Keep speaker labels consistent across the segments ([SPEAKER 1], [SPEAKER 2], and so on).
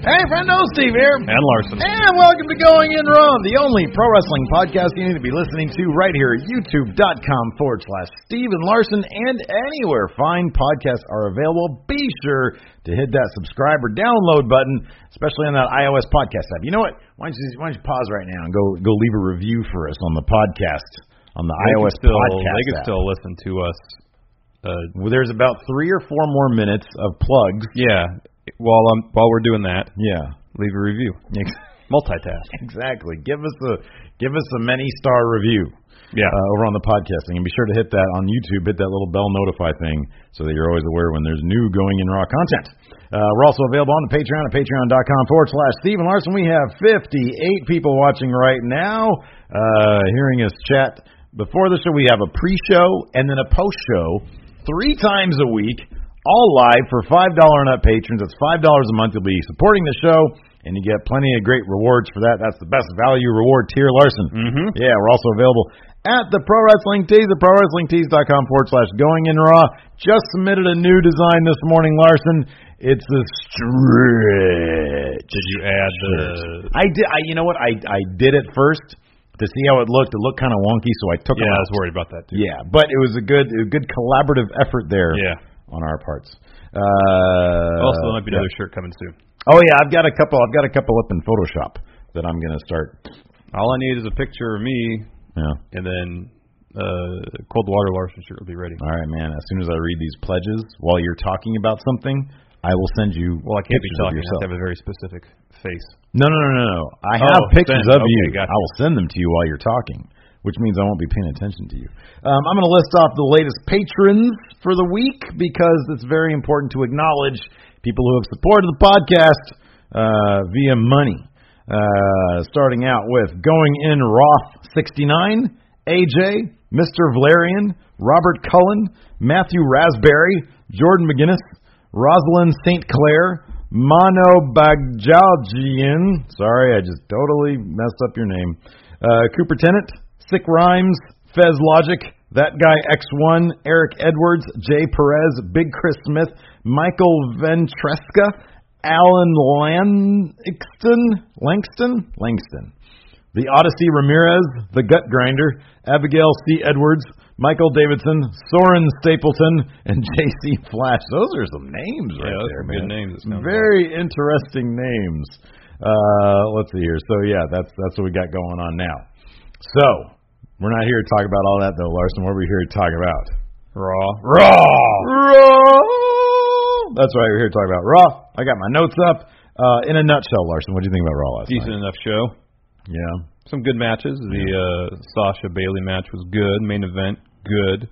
[SPEAKER 1] Hey, friendo, Steve here.
[SPEAKER 2] And Larson.
[SPEAKER 1] And welcome to Going In Raw, the only pro wrestling podcast you need to be listening to right here at youtube.com forward slash Steven Larson and anywhere fine podcasts are available. Be sure to hit that subscribe or download button, especially on that iOS podcast app. You know what? Why don't you, why don't you pause right now and go, go leave a review for us on the podcast, on the
[SPEAKER 2] They can
[SPEAKER 1] iOS
[SPEAKER 2] still,
[SPEAKER 1] podcast
[SPEAKER 2] They can
[SPEAKER 1] app.
[SPEAKER 2] still listen to us. Uh,
[SPEAKER 1] Well, There's about three or four more minutes of plugs.
[SPEAKER 2] yeah. While I'm while we're doing that,
[SPEAKER 1] Yeah.
[SPEAKER 2] leave a review. Multitask.
[SPEAKER 1] Exactly. Give us a give us a many star review.
[SPEAKER 2] Yeah.
[SPEAKER 1] Uh, over on the podcasting, and be sure to hit that on YouTube. Hit that little bell notify thing so that you're always aware when there's new going in raw content. Uh, we're also available on the Patreon at patreon.com forward slash Stephen Larson. We have 58 people watching right now, uh, hearing us chat before the show. We have a pre-show and then a post-show three times a week, all live for five dollar and up patrons. That's five dollars a month. You'll be supporting the show, and you get plenty of great rewards for that. That's the best value reward tier, Larson. Mm-hmm. Yeah, we're also available at the Pro Wrestling Tees, the Pro Wrestling com forward slash Going In Raw. Just submitted a new design this morning, Larson. It's a stretch.
[SPEAKER 2] Did you add the?
[SPEAKER 1] I did. I you know what? I I did it first to see how it looked. It looked kind of wonky, so I took
[SPEAKER 2] Yeah,
[SPEAKER 1] it
[SPEAKER 2] I
[SPEAKER 1] out.
[SPEAKER 2] was worried about that too.
[SPEAKER 1] Yeah, but it was a good, a good collaborative effort there.
[SPEAKER 2] Yeah.
[SPEAKER 1] on our parts. Uh,
[SPEAKER 2] also, there might be
[SPEAKER 1] yeah.
[SPEAKER 2] another shirt coming soon.
[SPEAKER 1] Oh yeah, I've got a couple. I've got a couple up in Photoshop that I'm gonna start.
[SPEAKER 2] All I need is a picture of me,
[SPEAKER 1] Yeah.
[SPEAKER 2] and then uh, cold water Larson shirt will be ready.
[SPEAKER 1] All right, man. As soon as I read these pledges, while you're talking about something, I will send you.
[SPEAKER 2] Well, I can't be
[SPEAKER 1] pictures of
[SPEAKER 2] talking. I
[SPEAKER 1] yourself.
[SPEAKER 2] have to have a very specific face.
[SPEAKER 1] No, no, no, no, no. I have
[SPEAKER 2] Oh,
[SPEAKER 1] pictures
[SPEAKER 2] send-
[SPEAKER 1] of
[SPEAKER 2] okay,
[SPEAKER 1] you. I
[SPEAKER 2] gotcha.
[SPEAKER 1] will send them to you while you're talking, which means I won't be paying attention to you. Um, I'm going to list off the latest patrons for the week because it's very important to acknowledge people who have supported the podcast uh, via money. Uh, starting out with Going In Roth 69, AJ, Mr. Valerian, Robert Cullen, Matthew Raspberry, Jordan McGinnis, Rosalind St. Clair, Mono Bagjalgian. Sorry, I just totally messed up your name. Uh, Cooper Tennant, Sick Rhymes, Fez Logic, That Guy X1, Eric Edwards, Jay Perez, Big Chris Smith, Michael Ventresca, Alan Langston, Langston, Langston. The Odyssey Ramirez, The Gut Grinder, Abigail C. Edwards, Michael Davidson, Soren Stapleton, and J.C. Flash. Those are some names
[SPEAKER 2] Yeah,
[SPEAKER 1] right
[SPEAKER 2] those
[SPEAKER 1] there,
[SPEAKER 2] are
[SPEAKER 1] man.
[SPEAKER 2] good names. That sounds
[SPEAKER 1] Very interesting names. Uh, let's see here. So yeah, that's that's what we got going on now. So we're not here to talk about all that though, Larson. What are we here to talk about?
[SPEAKER 2] Raw.
[SPEAKER 1] Raw. Raw. That's right. We're here to talk about Raw. I got my notes up. Uh, in a nutshell, Larson, what do you think about Raw last
[SPEAKER 2] Decent
[SPEAKER 1] night?
[SPEAKER 2] enough show.
[SPEAKER 1] Yeah.
[SPEAKER 2] some good matches. The uh, Sasha Bailey match was good. Main event, good.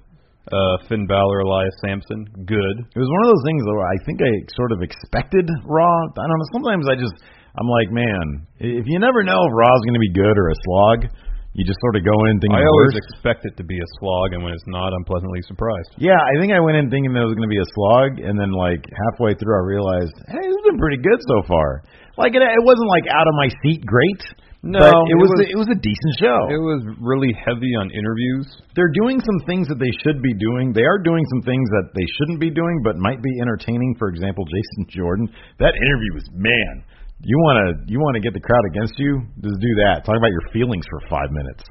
[SPEAKER 2] Uh, Finn Balor, Elias Sampson, good.
[SPEAKER 1] It was one of those things though. where I think I sort of expected Raw. I don't know. Sometimes I just I'm like, man, if you never know if Raw's going to be good or a slog, you just sort of go in thinking
[SPEAKER 2] I
[SPEAKER 1] the
[SPEAKER 2] always
[SPEAKER 1] worst.
[SPEAKER 2] expect it to be a slog, and when it's not, I'm pleasantly surprised.
[SPEAKER 1] yeah, I think I went in thinking that it was going to be a slog, and then like halfway through, I realized, hey, this has been pretty good so far. Like it, it wasn't like out of my seat great.
[SPEAKER 2] No,
[SPEAKER 1] but it
[SPEAKER 2] it
[SPEAKER 1] was,
[SPEAKER 2] was-
[SPEAKER 1] it was a decent show.
[SPEAKER 2] It was really heavy on interviews.
[SPEAKER 1] They're doing some things that they should be doing. They are doing some things that they shouldn't be doing, but might be entertaining. For example, Jason Jordan. That interview was man. You want to you want to get the crowd against you? Just do that. Talk about your feelings for five minutes.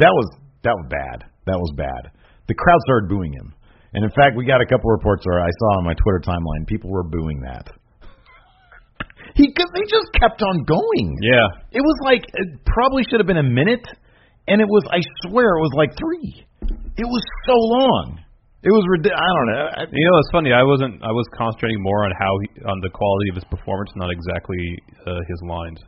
[SPEAKER 1] That was that was bad. That was bad. The crowd started booing him, and in fact, we got a couple reports. Or I saw on my Twitter timeline, people were booing that. He cause they just kept on going.
[SPEAKER 2] Yeah.
[SPEAKER 1] It was like it probably should have been a minute, and it was I swear it was like three. It was so long. It was ridiculous. I don't know. I-
[SPEAKER 2] You know, it's funny. I wasn't. I was concentrating more on how he, on the quality of his performance, not exactly uh, his lines.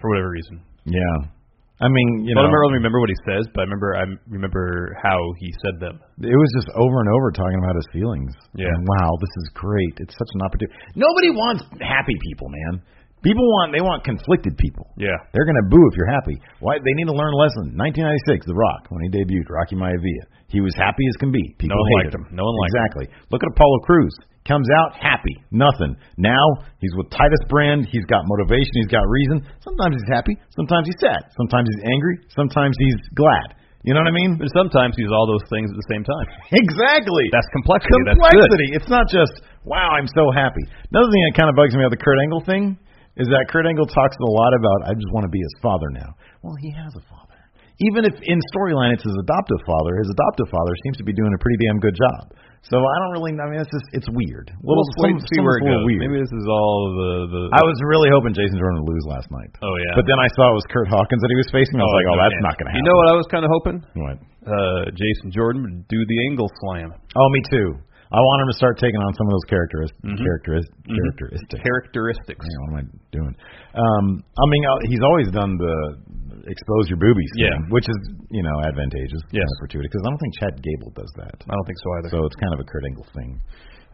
[SPEAKER 2] For whatever reason,
[SPEAKER 1] yeah. I mean, you
[SPEAKER 2] I
[SPEAKER 1] know,
[SPEAKER 2] don't remember, remember what he says, but I remember I remember how he said them.
[SPEAKER 1] it was just over and over talking about his feelings.
[SPEAKER 2] Yeah.
[SPEAKER 1] And wow, this is great. It's such an opportunity. Nobody wants happy people, man. People want they want conflicted people.
[SPEAKER 2] Yeah,
[SPEAKER 1] They're gonna boo if you're happy. Why they need to learn a lesson. 1996, The Rock, when he debuted, Rocky Maivia, he was happy as can be. People
[SPEAKER 2] No one
[SPEAKER 1] hated
[SPEAKER 2] liked him. No one liked him.
[SPEAKER 1] exactly. Look at Apollo Cruz. Comes out happy, nothing. Now he's with Titus Brand. He's got motivation. He's got reason. Sometimes he's happy. Sometimes he's sad. Sometimes he's angry. Sometimes he's glad. You know what I mean?
[SPEAKER 2] but sometimes he's all those things at the same time.
[SPEAKER 1] Exactly.
[SPEAKER 2] That's complexity. That's good.
[SPEAKER 1] complexity. It's not just wow, I'm so happy. Another thing that kind of bugs me about the Kurt Angle thing is that Kurt Angle talks a lot about I just want to be his father now. Well, he has a father. Even if in storyline it's his adoptive father, his adoptive father seems to be doing a pretty damn good job. So I don't really. I mean, it's just it's weird.
[SPEAKER 2] We'll
[SPEAKER 1] Little
[SPEAKER 2] just wait and see where it goes.
[SPEAKER 1] Weird.
[SPEAKER 2] Maybe this is all the the.
[SPEAKER 1] I was really hoping Jason Jordan would lose last night.
[SPEAKER 2] oh yeah.
[SPEAKER 1] But then I saw it was Kurt Hawkins that he was facing. I was like, oh,
[SPEAKER 2] no
[SPEAKER 1] that's
[SPEAKER 2] chance.
[SPEAKER 1] not going to happen.
[SPEAKER 2] You know what I was kind of hoping?
[SPEAKER 1] What?
[SPEAKER 2] Uh, Jason Jordan would do the angle slam.
[SPEAKER 1] Oh, me too. I want him to start taking on some of those characteris-
[SPEAKER 2] Mm-hmm.
[SPEAKER 1] characteris- characteristics.
[SPEAKER 2] Characteristics.
[SPEAKER 1] Man, what am I doing? Um, I mean, uh, he's always done the expose your boobies,
[SPEAKER 2] Yeah.
[SPEAKER 1] thing, which is you know advantageous,
[SPEAKER 2] Yes.
[SPEAKER 1] kind of fortuitous. Because I don't think Chad Gable does that,
[SPEAKER 2] I don't think so either.
[SPEAKER 1] so it's kind of a Kurt Angle thing.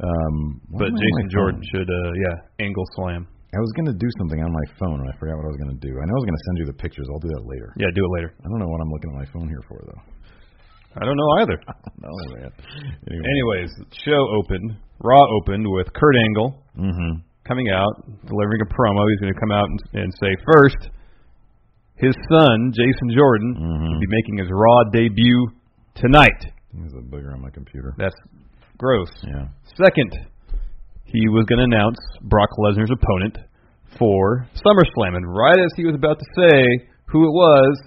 [SPEAKER 1] Um, why
[SPEAKER 2] but
[SPEAKER 1] am I on
[SPEAKER 2] Jason
[SPEAKER 1] my
[SPEAKER 2] Jordan
[SPEAKER 1] phone?
[SPEAKER 2] should, uh, yeah, angle slam.
[SPEAKER 1] I was going to do something on my phone, and I forgot what I was going to do. I know I was going to send you the pictures. I'll do that later.
[SPEAKER 2] Yeah, do it later.
[SPEAKER 1] I don't know what I'm looking at my phone here for though.
[SPEAKER 2] I don't know either.
[SPEAKER 1] No man. Anyway.
[SPEAKER 2] Anyways, show opened. Raw opened with Kurt Angle
[SPEAKER 1] mm-hmm.
[SPEAKER 2] coming out, delivering a promo. He's going to come out and, and say first, his son Jason Jordan will be making his Raw debut tonight.
[SPEAKER 1] There's a booger on my computer.
[SPEAKER 2] That's gross.
[SPEAKER 1] Yeah.
[SPEAKER 2] Second, he was going to announce Brock Lesnar's opponent for SummerSlam, and right as he was about to say who it was,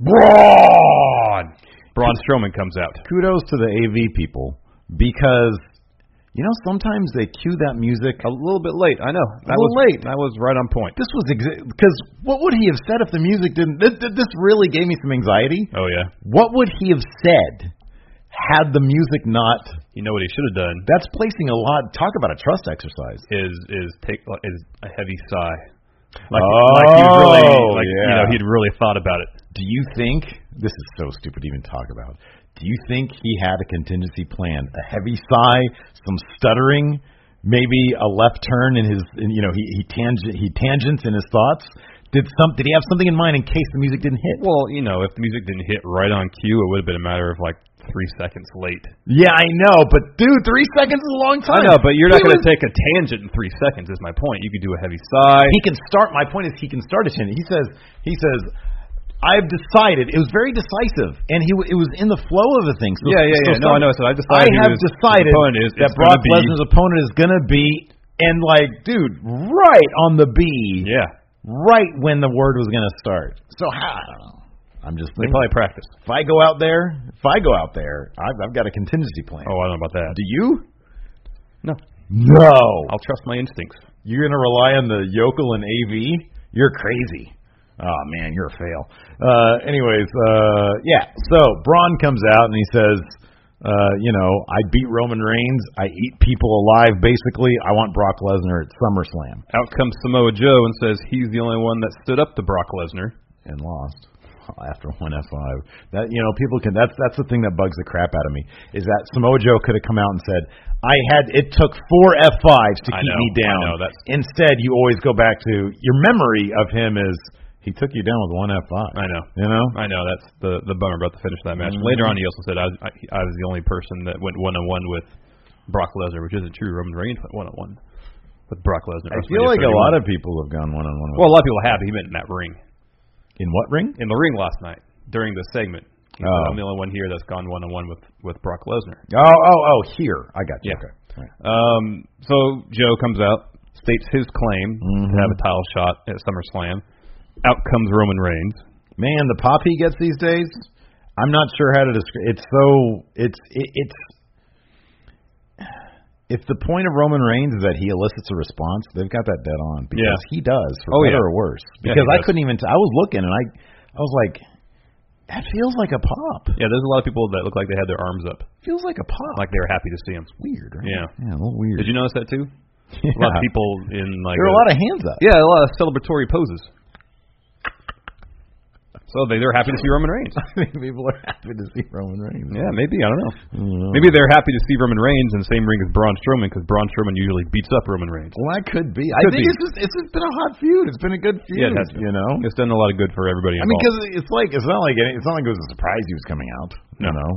[SPEAKER 2] Braun. Braun Strowman comes out.
[SPEAKER 1] kudos to the AV people because you know sometimes they cue that music.
[SPEAKER 2] A little bit late, I know. That
[SPEAKER 1] little
[SPEAKER 2] was late. That was right on point.
[SPEAKER 1] This was because what would he have said if the music didn't? This, this really gave me some anxiety.
[SPEAKER 2] Oh yeah,
[SPEAKER 1] What would he have said had the music not?
[SPEAKER 2] you know what he should have done
[SPEAKER 1] That's placing a lot. Talk about a trust exercise.
[SPEAKER 2] is is take is a heavy sigh.
[SPEAKER 1] Oh,
[SPEAKER 2] like he really, like you
[SPEAKER 1] yeah.
[SPEAKER 2] know, he'd really thought about it.
[SPEAKER 1] Do you think this is so stupid to even talk about? Do you think he had a contingency plan? A heavy sigh, some stuttering, maybe a left turn in his, in, you know, he he tangent he tangents in his thoughts. Did some? Did he have something in mind in case the music didn't hit?
[SPEAKER 2] Well, you know, if the music didn't hit right on cue, it would have been a matter of like three seconds late.
[SPEAKER 1] Yeah, I know, but dude, three seconds is a long time.
[SPEAKER 2] I know, but you're not
[SPEAKER 1] He
[SPEAKER 2] going to
[SPEAKER 1] was-
[SPEAKER 2] take a tangent in three seconds. Is my point. You could do a heavy sigh.
[SPEAKER 1] He can start. My point is, he can start a sentence. He says, he says, I've decided. It was very decisive, and he w- it was in the flow of the thing. So,
[SPEAKER 2] Yeah, yeah,
[SPEAKER 1] so
[SPEAKER 2] yeah. No, I know. So I've
[SPEAKER 1] I
[SPEAKER 2] decided who
[SPEAKER 1] have
[SPEAKER 2] his- his
[SPEAKER 1] decided
[SPEAKER 2] opponent is.
[SPEAKER 1] that
[SPEAKER 2] It's gonna
[SPEAKER 1] Brock
[SPEAKER 2] be-
[SPEAKER 1] Lesnar's opponent is going to be, and like, dude, right on the B,
[SPEAKER 2] yeah,
[SPEAKER 1] right when the word was going to start. So how? I don't know. I'm just
[SPEAKER 2] they
[SPEAKER 1] thinking.
[SPEAKER 2] probably practiced.
[SPEAKER 1] if I go out there, if I go out there, I've, I've got a contingency plan.
[SPEAKER 2] Oh, I don't know about that.
[SPEAKER 1] Do you?
[SPEAKER 2] No,
[SPEAKER 1] No.
[SPEAKER 2] I'll trust my instincts.
[SPEAKER 1] You're gonna rely on the yokel and AV? You're crazy. Oh man, you're a fail. Uh, anyways, uh, yeah. So Braun comes out and he says, uh, you know, I beat Roman Reigns. I eat people alive. Basically, I want Brock Lesnar at SummerSlam
[SPEAKER 2] Out comes Samoa Joe and says he's the only one that stood up to Brock Lesnar.
[SPEAKER 1] and lost after one F five. That you know, people can. That's that's the thing that bugs the crap out of me is that Samoa Joe could have come out and said, I had it took four F fives to
[SPEAKER 2] I
[SPEAKER 1] keep
[SPEAKER 2] know,
[SPEAKER 1] me down.
[SPEAKER 2] I know, that's-
[SPEAKER 1] Instead, you always go back to your memory of him is he took you down with one F five.
[SPEAKER 2] I know.
[SPEAKER 1] You know.
[SPEAKER 2] I know that's the the bummer about the finish of that match.
[SPEAKER 1] Mhm.
[SPEAKER 2] Later on, he also said I was, I, I was the only person that went one on one with Brock Lesnar, which isn't true. Roman Reigns went one on one with Brock Lesnar.
[SPEAKER 1] I feel like a lot of people have gone one on one.
[SPEAKER 2] well, a lot of people have. He meant in that ring,
[SPEAKER 1] in what ring?
[SPEAKER 2] in the ring last night during the segment. He said,
[SPEAKER 1] Oh.
[SPEAKER 2] I'm the only one here that's gone one on one with with Brock Lesnar.
[SPEAKER 1] Oh, oh, oh, here. I got you.
[SPEAKER 2] Yeah.
[SPEAKER 1] Okay. All right.
[SPEAKER 2] Um, so Joe comes out. states his claim to
[SPEAKER 1] Mhm.
[SPEAKER 2] have a title shot at SummerSlam. Out comes Roman Reigns.
[SPEAKER 1] Man, the pop he gets these days, I'm not sure how to describe. It's so it's it, it's if the point of Roman Reigns is that he elicits a response, they've got that dead on because
[SPEAKER 2] Yeah.
[SPEAKER 1] he does for
[SPEAKER 2] Oh,
[SPEAKER 1] better
[SPEAKER 2] yeah.
[SPEAKER 1] or worse.
[SPEAKER 2] Yeah,
[SPEAKER 1] Because
[SPEAKER 2] he
[SPEAKER 1] I
[SPEAKER 2] does.
[SPEAKER 1] couldn't even t- I was looking and I I was like that feels like a pop.
[SPEAKER 2] Yeah, there's a lot of people that look like they had their arms up,
[SPEAKER 1] feels like a pop.
[SPEAKER 2] like they were happy to see him.
[SPEAKER 1] weird, right?
[SPEAKER 2] Yeah.
[SPEAKER 1] Yeah, a little weird.
[SPEAKER 2] Did you notice that too?
[SPEAKER 1] yeah.
[SPEAKER 2] A lot of people in like
[SPEAKER 1] there were a lot of hands up.
[SPEAKER 2] yeah, a lot of celebratory poses. So they they're happy to see Roman Reigns.
[SPEAKER 1] I think people are happy to see Roman Reigns.
[SPEAKER 2] Yeah, maybe I don't know.
[SPEAKER 1] I don't know.
[SPEAKER 2] Maybe they're happy to see Roman Reigns in the same ring as Braun Strowman because Braun Strowman usually beats up Roman Reigns.
[SPEAKER 1] Well, that could be. I
[SPEAKER 2] Could
[SPEAKER 1] think
[SPEAKER 2] be.
[SPEAKER 1] it's just it's just been a hot feud. It's been a good feud.
[SPEAKER 2] Yeah, it has been.
[SPEAKER 1] you know.
[SPEAKER 2] It's done a lot of good for everybody
[SPEAKER 1] I mean,
[SPEAKER 2] involved.
[SPEAKER 1] because it's like it's not like it, it's not like it was a surprise he was coming out.
[SPEAKER 2] No.
[SPEAKER 1] You know.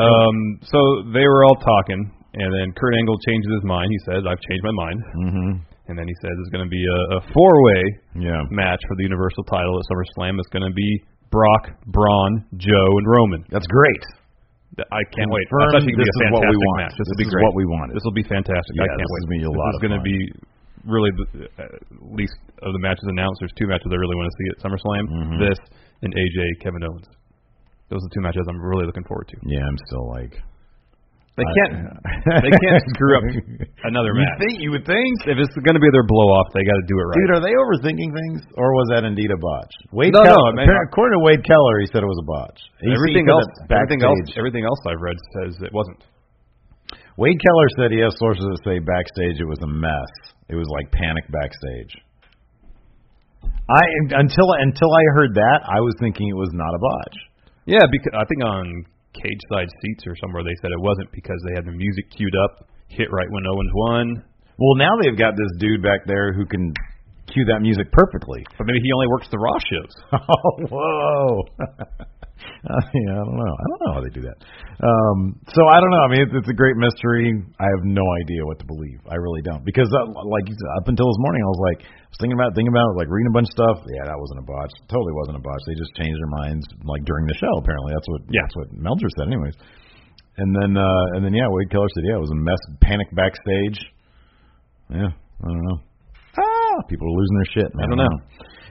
[SPEAKER 2] um, so they were all talking, and then Kurt Angle changes his mind. He says, "I've changed my mind,"
[SPEAKER 1] Mm-hmm.
[SPEAKER 2] and then he says it's going to be a, a four-way
[SPEAKER 1] Yeah.
[SPEAKER 2] match for the Universal Title at SummerSlam. It's going to be Brock, Braun, Joe, and Roman.
[SPEAKER 1] That's great.
[SPEAKER 2] I can't wait.
[SPEAKER 1] Confirm
[SPEAKER 2] That's actually going to
[SPEAKER 1] this
[SPEAKER 2] be a
[SPEAKER 1] is what we
[SPEAKER 2] fantastic
[SPEAKER 1] want.
[SPEAKER 2] match.
[SPEAKER 1] This
[SPEAKER 2] This, will be
[SPEAKER 1] is
[SPEAKER 2] great.
[SPEAKER 1] what we wanted.
[SPEAKER 2] This will be fantastic. I
[SPEAKER 1] Yeah,
[SPEAKER 2] can't
[SPEAKER 1] this
[SPEAKER 2] wait.
[SPEAKER 1] is gonna be a
[SPEAKER 2] this
[SPEAKER 1] lot
[SPEAKER 2] is
[SPEAKER 1] of
[SPEAKER 2] going to
[SPEAKER 1] fun.
[SPEAKER 2] be really the, uh, at least of the matches announced. There's two matches I really want to see at SummerSlam.
[SPEAKER 1] Mhm.
[SPEAKER 2] This and AJ Kevin Owens. Those are the two matches I'm really looking forward to.
[SPEAKER 1] Yeah, I'm still like.
[SPEAKER 2] They
[SPEAKER 1] I-
[SPEAKER 2] can't. they can't screw up another
[SPEAKER 1] You
[SPEAKER 2] match.
[SPEAKER 1] think you would think,
[SPEAKER 2] If it's going to be their blow off, they got to do it right.
[SPEAKER 1] dude? Are they overthinking things, or was that indeed a botch? Wade
[SPEAKER 2] No, no,
[SPEAKER 1] Keller,
[SPEAKER 2] I mean-
[SPEAKER 1] appar- according to Wade Keller, he said it was a botch. He- he
[SPEAKER 2] everything
[SPEAKER 1] said
[SPEAKER 2] else,
[SPEAKER 1] that
[SPEAKER 2] everything else,
[SPEAKER 1] backstage-
[SPEAKER 2] everything else I've read says it wasn't.
[SPEAKER 1] Wade Keller said he has sources that say backstage it was a mess. It was like panic backstage. I until until I heard that, I was thinking it was not a botch.
[SPEAKER 2] Yeah, because I think on cage side seats or somewhere they said it wasn't because they had the music queued up, hit right when Owens won,
[SPEAKER 1] Well, now they've got this dude back there who can cue that music perfectly.
[SPEAKER 2] but maybe he only works the Raw shows.
[SPEAKER 1] oh, whoa. I mean, I don't know. I don't know how they do that. Um, so I don't know. I mean, it's, it's a great mystery. I have no idea what to believe. I really don't because, uh, like you said, up until this morning, I was like, I was thinking about, it, thinking about, it, like reading a bunch of stuff. Yeah, that wasn't a botch. Totally wasn't a botch. They just changed their minds like during the show. Apparently, that's what
[SPEAKER 2] Yeah.
[SPEAKER 1] that's what Melzer said, anyways. And then uh, and then yeah, Wade Keller said, yeah, it was a mess, panic backstage. Yeah, I don't know. Ah, people are losing their shit. Man.
[SPEAKER 2] I don't know.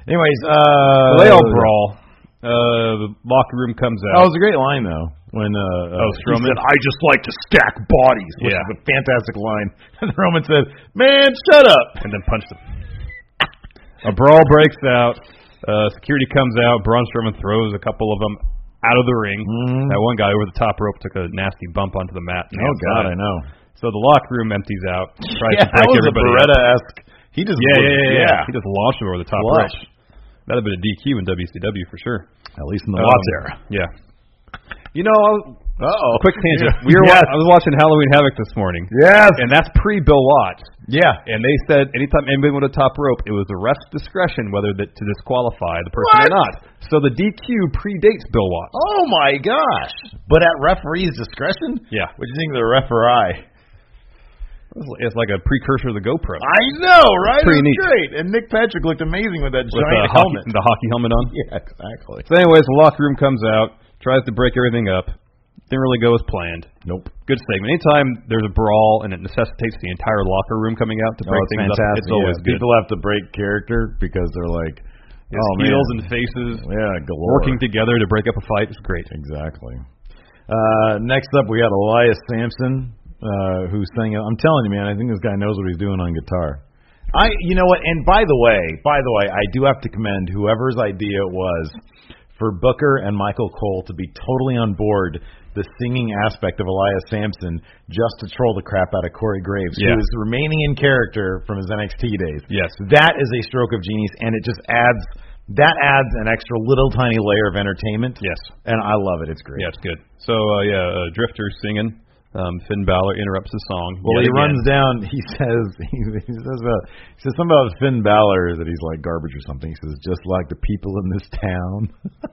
[SPEAKER 1] Anyways, uh,
[SPEAKER 2] they all brawl. Uh, the locker room comes
[SPEAKER 1] That
[SPEAKER 2] out.
[SPEAKER 1] was a great line though. When uh,
[SPEAKER 2] Oh,
[SPEAKER 1] he
[SPEAKER 2] Strowman?
[SPEAKER 1] said, "I just like to stack bodies," which
[SPEAKER 2] Yeah.
[SPEAKER 1] is a fantastic line. And Roman said, "Man, shut up."
[SPEAKER 2] and then punched him. a brawl breaks out. Uh, security comes out. Braun Strowman throws a couple of them out of the ring.
[SPEAKER 1] Mhm.
[SPEAKER 2] That one guy over the top rope took a nasty bump onto the mat.
[SPEAKER 1] Oh God, I know.
[SPEAKER 2] So the locker room empties out. Tries
[SPEAKER 1] yeah,
[SPEAKER 2] to
[SPEAKER 1] that
[SPEAKER 2] break
[SPEAKER 1] was a
[SPEAKER 2] everybody up.
[SPEAKER 1] Beretta-esque. He just
[SPEAKER 2] Yeah, yeah, yeah, yeah.
[SPEAKER 1] yeah.
[SPEAKER 2] He just launched him over the top
[SPEAKER 1] Flush.
[SPEAKER 2] rope. That'd have been a DQ in WCW for sure.
[SPEAKER 1] At least in the
[SPEAKER 2] Um,
[SPEAKER 1] Watts era.
[SPEAKER 2] Yeah. You know, I was,
[SPEAKER 1] Oh,
[SPEAKER 2] quick tangent. We were
[SPEAKER 1] yes.
[SPEAKER 2] wa- I was watching Halloween Havoc this morning,
[SPEAKER 1] yes,
[SPEAKER 2] and that's pre Bill Watts.
[SPEAKER 1] yeah.
[SPEAKER 2] And they said anytime anybody went to top rope, it was the ref's discretion whether that, to disqualify the
[SPEAKER 1] What?
[SPEAKER 2] person or not. So the DQ predates Bill Watts.
[SPEAKER 1] Oh my gosh! But at referee's discretion.
[SPEAKER 2] Yeah.
[SPEAKER 1] What do you think of the referee?
[SPEAKER 2] It's li- It's like a precursor to the GoPro.
[SPEAKER 1] I know, right?
[SPEAKER 2] pretty
[SPEAKER 1] It was
[SPEAKER 2] neat.
[SPEAKER 1] great. And Nick Patrick looked amazing with that
[SPEAKER 2] with
[SPEAKER 1] giant
[SPEAKER 2] the
[SPEAKER 1] helmet.
[SPEAKER 2] Hockey, the hockey helmet on.
[SPEAKER 1] Yeah, exactly.
[SPEAKER 2] So, anyways, the locker room comes out, tries to break everything up. Didn't really go as planned.
[SPEAKER 1] Nope.
[SPEAKER 2] good segment. Anytime there's a brawl and it necessitates the entire locker room coming out to break
[SPEAKER 1] Oh, it's
[SPEAKER 2] things up, it's
[SPEAKER 1] fantastic.
[SPEAKER 2] always
[SPEAKER 1] Yeah,
[SPEAKER 2] good.
[SPEAKER 1] People have to break character because they're like,
[SPEAKER 2] It's
[SPEAKER 1] oh
[SPEAKER 2] heels and
[SPEAKER 1] man,
[SPEAKER 2] faces
[SPEAKER 1] yeah, galore.
[SPEAKER 2] working together to break up a fight is great.
[SPEAKER 1] exactly. Uh, next up, we got Elias Sampson, uh, who sang. it. I'm telling you, man, I think this guy knows what he's doing on guitar. I, you know what? And by the way, by the way, I do have to commend whoever's idea it was for Booker and Michael Cole to be totally on board the singing aspect of Elias Sampson just to troll the crap out of Corey Graves, who
[SPEAKER 2] Yeah.
[SPEAKER 1] is remaining in character from his NXT days.
[SPEAKER 2] Yes.
[SPEAKER 1] That is a stroke of genius, and it just adds that adds an extra little tiny layer of entertainment.
[SPEAKER 2] Yes.
[SPEAKER 1] and I love it. It's great.
[SPEAKER 2] Yeah, it's good. So uh, yeah, uh, Drifter singing. Um, Finn Balor interrupts the song.
[SPEAKER 1] Well, he
[SPEAKER 2] yet again.
[SPEAKER 1] runs down. He says he, he says about he says something about Finn Balor that he's like garbage or something. He says just like the people in this town.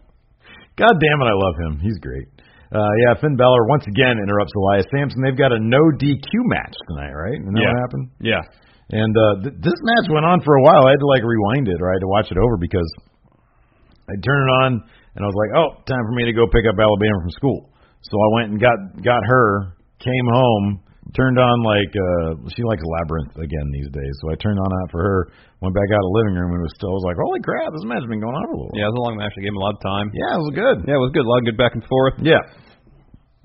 [SPEAKER 1] God damn it, I love him. He's great. Uh, yeah, Finn Balor once again interrupts Elias Sampson. They've got a no DQ match tonight, right? Isn't that
[SPEAKER 2] Yeah.
[SPEAKER 1] what happened?
[SPEAKER 2] Yeah,
[SPEAKER 1] And uh, th- this match went on for a while. I had to like rewind it, or I had to watch it over because I turned it on and I was like, "Oh, time for me to go pick up Alabama from school." So I went and got got her, came home, Turned on like uh she likes Labyrinth again these days, so I turned on that for her. Went back out of the living room and was still I was like, holy crap, this match has been going on for a little.
[SPEAKER 2] Yeah, it was a long match. They gave him a lot of time.
[SPEAKER 1] while. yeah, it was good.
[SPEAKER 2] Yeah, it was good. A lot of good back and forth.
[SPEAKER 1] Yeah.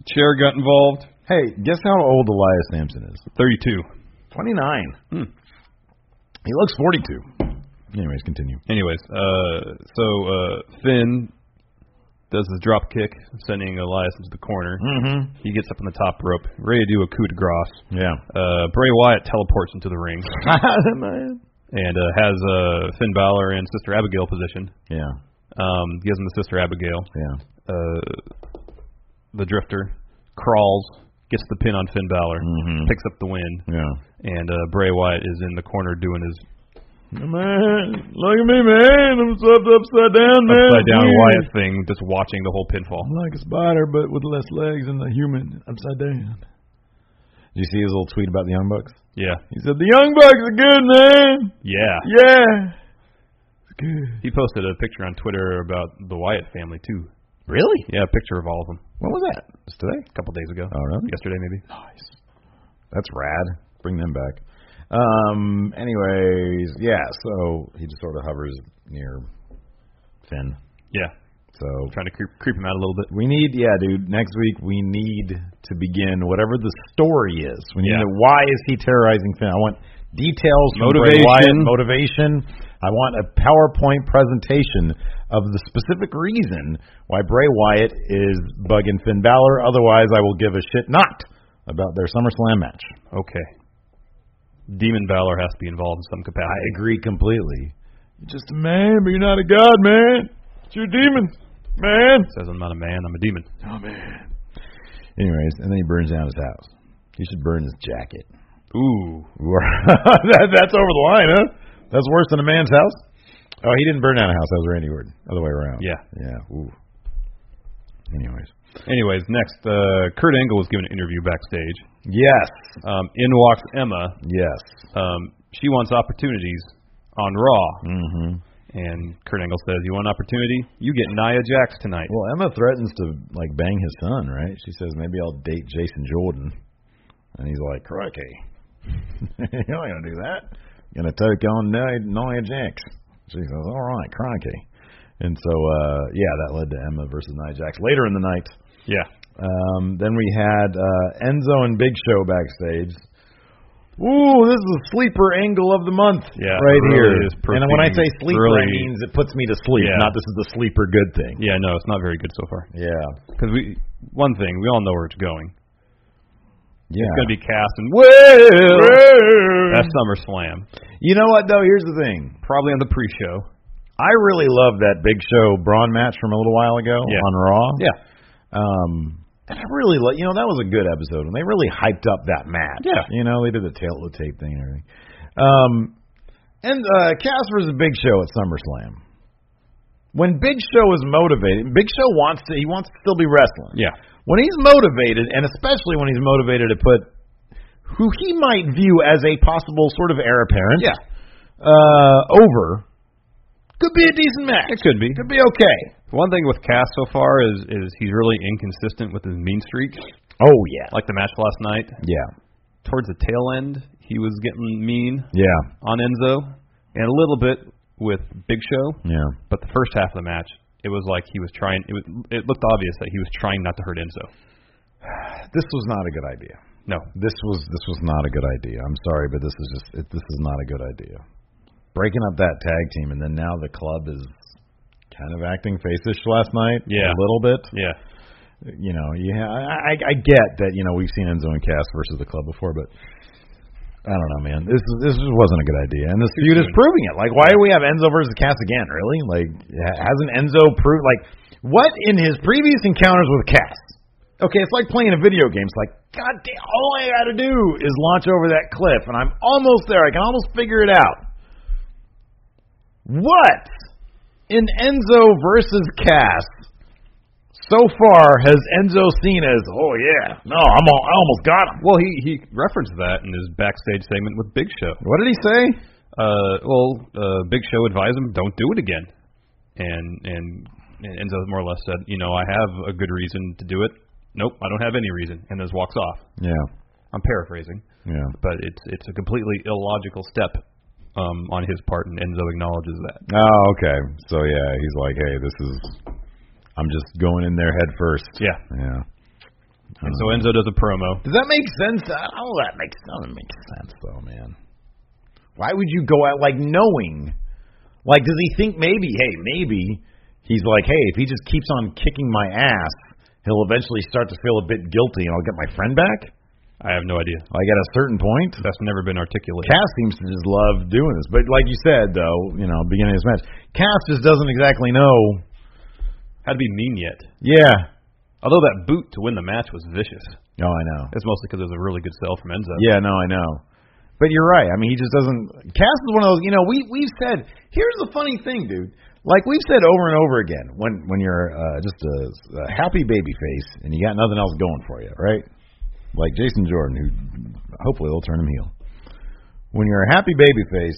[SPEAKER 2] Chair got involved.
[SPEAKER 1] Hey, guess how old Elias Sampson is? Hmm.
[SPEAKER 2] 32.
[SPEAKER 1] Twenty nine. He looks forty two. Anyways, continue.
[SPEAKER 2] Anyways, uh, so uh, Finn does his drop kick, sending Elias into the corner.
[SPEAKER 1] Mm-hmm.
[SPEAKER 2] He gets up on the top rope, ready to do a coup de grace.
[SPEAKER 1] Yeah.
[SPEAKER 2] Uh, Bray Wyatt teleports into the ring and uh, has uh, Finn Balor in Sister Abigail position.
[SPEAKER 1] yeah.
[SPEAKER 2] Um, gives him the Sister Abigail.
[SPEAKER 1] Yeah.
[SPEAKER 2] Uh, the Drifter crawls, gets the pin on Finn Balor,
[SPEAKER 1] Mhm.
[SPEAKER 2] picks up the win,
[SPEAKER 1] Yeah.
[SPEAKER 2] and uh, Bray Wyatt is in the corner doing his
[SPEAKER 1] Man, look at me, man. I'm up, upside down, man.
[SPEAKER 2] upside down
[SPEAKER 1] Weird.
[SPEAKER 2] Wyatt thing, just watching the whole pinfall.
[SPEAKER 1] I'm like a spider, but with less legs than a human. Upside down. Did you see his little tweet about the Young Bucks?
[SPEAKER 2] Yeah,
[SPEAKER 1] He said, The Young Bucks are good, man.
[SPEAKER 2] yeah.
[SPEAKER 1] Yeah. It's good.
[SPEAKER 2] He posted a picture on Twitter about the Wyatt family too.
[SPEAKER 1] Really?
[SPEAKER 2] Yeah, a picture of all of them
[SPEAKER 1] When was that? It's today?
[SPEAKER 2] a couple days ago.
[SPEAKER 1] Oh, really?
[SPEAKER 2] Yesterday maybe.
[SPEAKER 1] Nice. That's rad. Bring them back. Um. Anyways, yeah, so he just sort of hovers near Finn.
[SPEAKER 2] Yeah,
[SPEAKER 1] So
[SPEAKER 2] trying to creep, creep him out a little bit.
[SPEAKER 1] We need, yeah, dude. Next week we need to begin whatever the story is. We need
[SPEAKER 2] Yeah.
[SPEAKER 1] to, why is he terrorizing Finn? I want details, from Bray
[SPEAKER 2] Motivation.
[SPEAKER 1] Wyatt, motivation. I want a PowerPoint presentation of the specific reason why Bray Wyatt is bugging Finn Balor. Otherwise, I will give a shit not about their SummerSlam match.
[SPEAKER 2] Okay. Demon Valor has to be involved in some capacity.
[SPEAKER 1] I agree completely. You're just a man, but you're not a god, man. It's your demon, man.
[SPEAKER 2] Says I'm not a man, I'm a demon.
[SPEAKER 1] Anyways, and then he burns down his house. He should burn his jacket.
[SPEAKER 2] Ooh.
[SPEAKER 1] that, that's over the line, huh? That's worse than a man's house. Oh, he didn't burn down a house. That was Randy Orton. Other way around.
[SPEAKER 2] Yeah.
[SPEAKER 1] Yeah. Ooh. Anyways.
[SPEAKER 2] Anyways, next, uh, Kurt Angle was given an interview backstage.
[SPEAKER 1] Yes.
[SPEAKER 2] Um, in walks Emma.
[SPEAKER 1] Yes.
[SPEAKER 2] Um, she wants opportunities on Raw,
[SPEAKER 1] Mm-hmm.
[SPEAKER 2] and Kurt Angle says, "You want an opportunity? You get Nia Jax tonight."
[SPEAKER 1] Well, Emma threatens to like bang his son, right? She says maybe I'll date Jason Jordan, and he's like, "Crikey, you're not gonna do that. You're gonna take on Nia, Nia Jax." She says, "All right, crikey." And so, uh yeah, that led to Emma versus Nia Jax later in the night.
[SPEAKER 2] Yeah.
[SPEAKER 1] Um, then we had uh, Enzo and Big Show backstage. Ooh, this is a sleeper angle of the month
[SPEAKER 2] Yeah,
[SPEAKER 1] right
[SPEAKER 2] it really
[SPEAKER 1] here.
[SPEAKER 2] is
[SPEAKER 1] and when I say
[SPEAKER 2] proceeding
[SPEAKER 1] sleeper,
[SPEAKER 2] really-
[SPEAKER 1] it means it puts me to sleep.
[SPEAKER 2] Yeah.
[SPEAKER 1] Not this is a sleeper good thing.
[SPEAKER 2] Yeah, no, it's not very good so far.
[SPEAKER 1] Yeah.
[SPEAKER 2] Because we, one thing, we all know where it's going.
[SPEAKER 1] Yeah.
[SPEAKER 2] It's going to be cast in well, that's SummerSlam,
[SPEAKER 1] you know what though? Here's the thing.
[SPEAKER 2] probably on the pre-show.
[SPEAKER 1] I really love that Big Show Braun match from a little while ago
[SPEAKER 2] Yeah.
[SPEAKER 1] on Raw.
[SPEAKER 2] Yeah,
[SPEAKER 1] Um, and I really like. You know, that was a good episode when they really hyped up that match.
[SPEAKER 2] Yeah.
[SPEAKER 1] You know, they did the tail of the tape thing and everything. Um, and uh, Casper's a Big Show at SummerSlam. When Big Show is motivated, Big Show wants to. He wants to still be wrestling.
[SPEAKER 2] yeah,
[SPEAKER 1] When he's motivated, and especially when he's motivated to put who he might view as a possible sort of heir apparent,
[SPEAKER 2] Yeah.
[SPEAKER 1] uh, over, could be a decent match.
[SPEAKER 2] it could be.
[SPEAKER 1] Could be okay.
[SPEAKER 2] One thing with Cass so far is is he's really inconsistent with his mean streak.
[SPEAKER 1] Oh yeah,
[SPEAKER 2] Like the match last night,
[SPEAKER 1] yeah,
[SPEAKER 2] towards the tail end, he was getting mean
[SPEAKER 1] yeah,
[SPEAKER 2] on Enzo, and a little bit with Big Show.
[SPEAKER 1] yeah.
[SPEAKER 2] But the first half of the match, it was like he was trying. It, was, it looked obvious that he was trying not to hurt Enzo.
[SPEAKER 1] This was not a good idea.
[SPEAKER 2] No,
[SPEAKER 1] This was this was not a good idea. I'm sorry, but this is just it, this is not a good idea. Breaking up that tag team, and then now the club is kind of acting facish last night.
[SPEAKER 2] Yeah.
[SPEAKER 1] a little bit.
[SPEAKER 2] yeah,
[SPEAKER 1] You know, yeah. I, I, I get that. You know, we've seen Enzo and Cass versus the club before, but. I don't know, man. This is, this just wasn't a good idea, and this feud is
[SPEAKER 2] soon.
[SPEAKER 1] proving it. Like, why do we have Enzo versus Cass again? Really? Like, ha- hasn't Enzo proved like what in his previous encounters with Cass? Okay, it's like playing a video game. It's like, God damn, all I gotta do is launch over that cliff, and I'm almost there. I can almost figure it out. What in Enzo versus Cass so far has Enzo seen as, oh yeah, no, I'm all, I almost got him.
[SPEAKER 2] Well, he he referenced that in his backstage segment with Big Show.
[SPEAKER 1] What did he say?
[SPEAKER 2] Uh, well, uh, Big Show advised him, "Don't do it again," and and and Enzo more or less said, "You know, I have a good reason to do it. Nope, I don't have any reason," and just walks off.
[SPEAKER 1] Yeah.
[SPEAKER 2] I'm paraphrasing,
[SPEAKER 1] Yeah.
[SPEAKER 2] but it's it's a completely illogical step um, on his part, and Enzo acknowledges that.
[SPEAKER 1] Oh, okay. So yeah, he's like, hey, this is. I'm just going in there head first.
[SPEAKER 2] Yeah.
[SPEAKER 1] Yeah. Mm-hmm.
[SPEAKER 2] And so Enzo does a promo.
[SPEAKER 1] Does that make sense? Oh, that makes that makes sense though, man. Why would you go out like knowing? Like, does he think maybe? Hey, maybe he's like, hey, if he just keeps on kicking my ass, he'll eventually start to feel a bit guilty, and I'll get my friend back.
[SPEAKER 2] I have no idea.
[SPEAKER 1] Like at a certain point,
[SPEAKER 2] That's never been articulated.
[SPEAKER 1] Cass seems to just love doing this. But like you said, though, you know, beginning of this match, Cass just doesn't exactly know.
[SPEAKER 2] How to be mean yet?
[SPEAKER 1] Yeah.
[SPEAKER 2] Although that boot to win the match was vicious.
[SPEAKER 1] Oh, I know.
[SPEAKER 2] That's mostly because it was a really good sell from Enzo.
[SPEAKER 1] Yeah, no, I know. But you're right. I mean, he just doesn't. Cass is one of those. You know, we we've said. Here's the funny thing, dude. Like we've said over and over again, when when you're uh, just a, a happy baby face and you got nothing else going for you, right? Like Jason Jordan, who hopefully will turn him heel. When you're a happy baby face,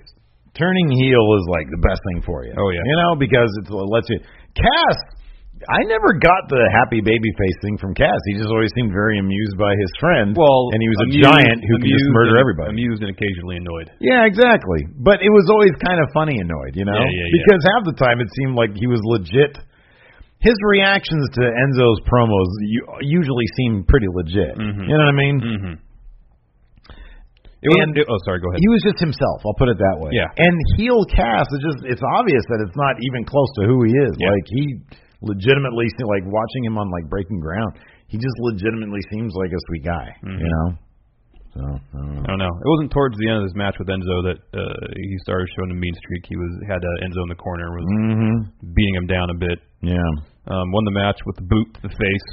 [SPEAKER 1] turning heel is like the best thing for you.
[SPEAKER 2] Oh, yeah.
[SPEAKER 1] you know because it's, it lets you. Cass, I never got the happy baby face thing from Cass. He just always seemed very amused by his friend.
[SPEAKER 2] Well,
[SPEAKER 1] and he was a
[SPEAKER 2] amused-
[SPEAKER 1] giant who could just
[SPEAKER 2] amused
[SPEAKER 1] murder
[SPEAKER 2] and-
[SPEAKER 1] everybody.
[SPEAKER 2] Amused and occasionally annoyed.
[SPEAKER 1] Yeah, exactly. But it was always kind of funny annoyed, you know?
[SPEAKER 2] Yeah, yeah, yeah.
[SPEAKER 1] Because half the time it seemed like he was legit. His reactions to Enzo's promos u- usually seem pretty legit.
[SPEAKER 2] Mhm.
[SPEAKER 1] You know what I mean?
[SPEAKER 2] Mm-hmm. It was
[SPEAKER 1] And-
[SPEAKER 2] a new- oh, sorry. Go ahead.
[SPEAKER 1] He was just himself. I'll put it that way.
[SPEAKER 2] Yeah.
[SPEAKER 1] And heel cast is just—it's obvious that it's not even close to who he is.
[SPEAKER 2] Yeah.
[SPEAKER 1] Like he legitimately, seem- like watching him on like Breaking Ground, he just legitimately seems like a sweet guy.
[SPEAKER 2] Mm-hmm.
[SPEAKER 1] You know. So I don't know.
[SPEAKER 2] I don't know. It wasn't towards the end of this match with Enzo that uh, he started showing a mean streak. He was had uh, Enzo in the corner and was
[SPEAKER 1] Mm-hmm.
[SPEAKER 2] beating him down a bit.
[SPEAKER 1] Yeah.
[SPEAKER 2] Um, won the match with the boot to the face.